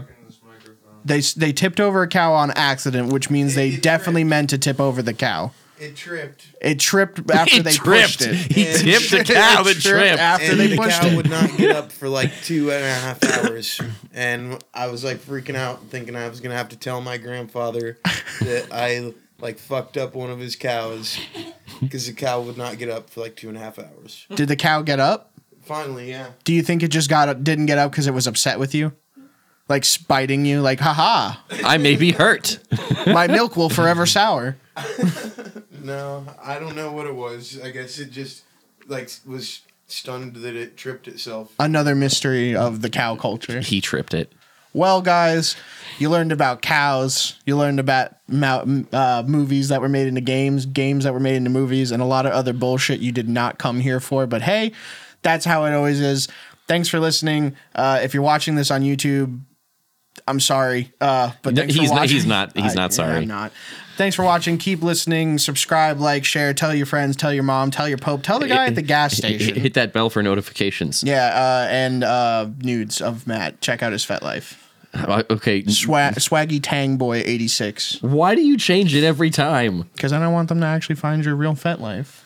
S4: they s- they tipped over a cow on accident, which means they
S7: It- it
S4: definitely
S7: tripped.
S4: meant to tip over the cow.
S7: It tripped.
S4: It tripped after
S3: He
S4: they
S3: tripped.
S4: pushed it.
S3: He tipped the cow and tripped.
S4: after
S7: And
S4: they
S7: the
S4: pushed
S7: cow
S4: it.
S7: would not get up for like two and a half hours. And I was like freaking out, thinking I was going to have to tell my grandfather that I like fucked up one of his cows because the cow would not get up for like two and a half hours.
S4: Did the cow get up?
S7: Finally, yeah.
S4: Do you think it just got up, didn't get up because it was upset with you? Like spiting you, like haha,
S3: I may be hurt.
S4: my milk will forever sour.
S7: No, I don't know what it was. I guess it just like was stunned that it tripped itself.
S4: Another mystery of the cow culture.
S3: He tripped it.
S4: Well, guys, you learned about cows. You learned about mou- uh, movies that were made into games, games that were made into movies, and a lot of other bullshit you did not come here for. But hey, that's how it always is. Thanks for listening. Uh, if you're watching this on YouTube, I'm sorry, uh, but
S3: No,
S4: thanks for
S3: he's not-
S4: watching.
S3: he's not- he's not
S4: yeah,
S3: sorry.
S4: I'm not. Thanks for watching. Keep listening. Subscribe, like, share. Tell your friends. Tell your mom. Tell your pope. Tell the guy at the gas
S3: Hit
S4: station.
S3: hit that bell for notifications.
S4: Yeah, uh, and uh, nudes of Matt. Check out his Fet Life.
S3: Uh, Okay.
S4: Swa- swaggy Tang Boy 86.
S3: Why do you change it every time?
S4: Because I don't want them to actually find your real Fet Life.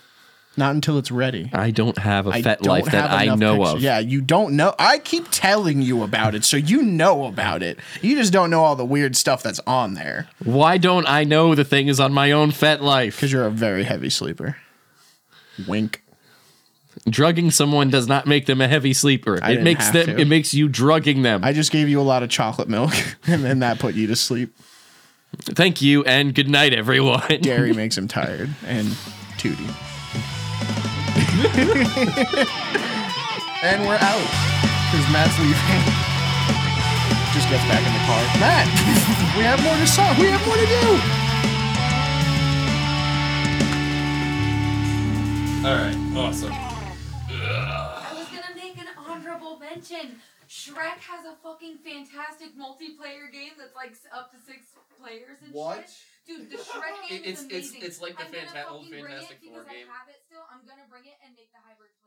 S4: Not until it's ready.
S3: I don't have a
S4: I
S3: fet
S4: don't
S3: life that
S4: have
S3: I
S4: enough
S3: know
S4: pictures.
S3: of.
S4: Yeah, you don't know. I keep telling you about it, so you know about it. You just don't know all the weird stuff that's on there
S3: Why don't I know the things on my own fet life?
S4: because you're a very heavy sleeper. Wink.
S3: Drugging someone does not make them a heavy sleeper.
S4: I
S3: it
S4: didn't
S3: makes
S4: have
S3: them.
S4: to.
S3: It makes you drugging them.
S4: I just gave you a lot of chocolate milk, and then that put you to sleep.
S3: Thank you and good night, everyone.
S4: Gary makes him tired, and Tootie. and we're out because Matt's leaving. Just gets back in the car. Matt, we have more to solve. We have more to do.
S6: I was gonna mention Shrek has a fucking fantastic multiplayer game that's like s- up to six players and
S7: What?
S6: shit. Dude, the Shrek game
S8: It's-
S6: is
S8: it's-
S6: amazing.
S8: it's like the
S6: I'm gonna
S8: fanta- old
S6: fucking bring
S8: Fantastic
S6: it
S8: Four
S6: because
S8: game.
S6: I have it still. I'm gonna bring it and make the hybrid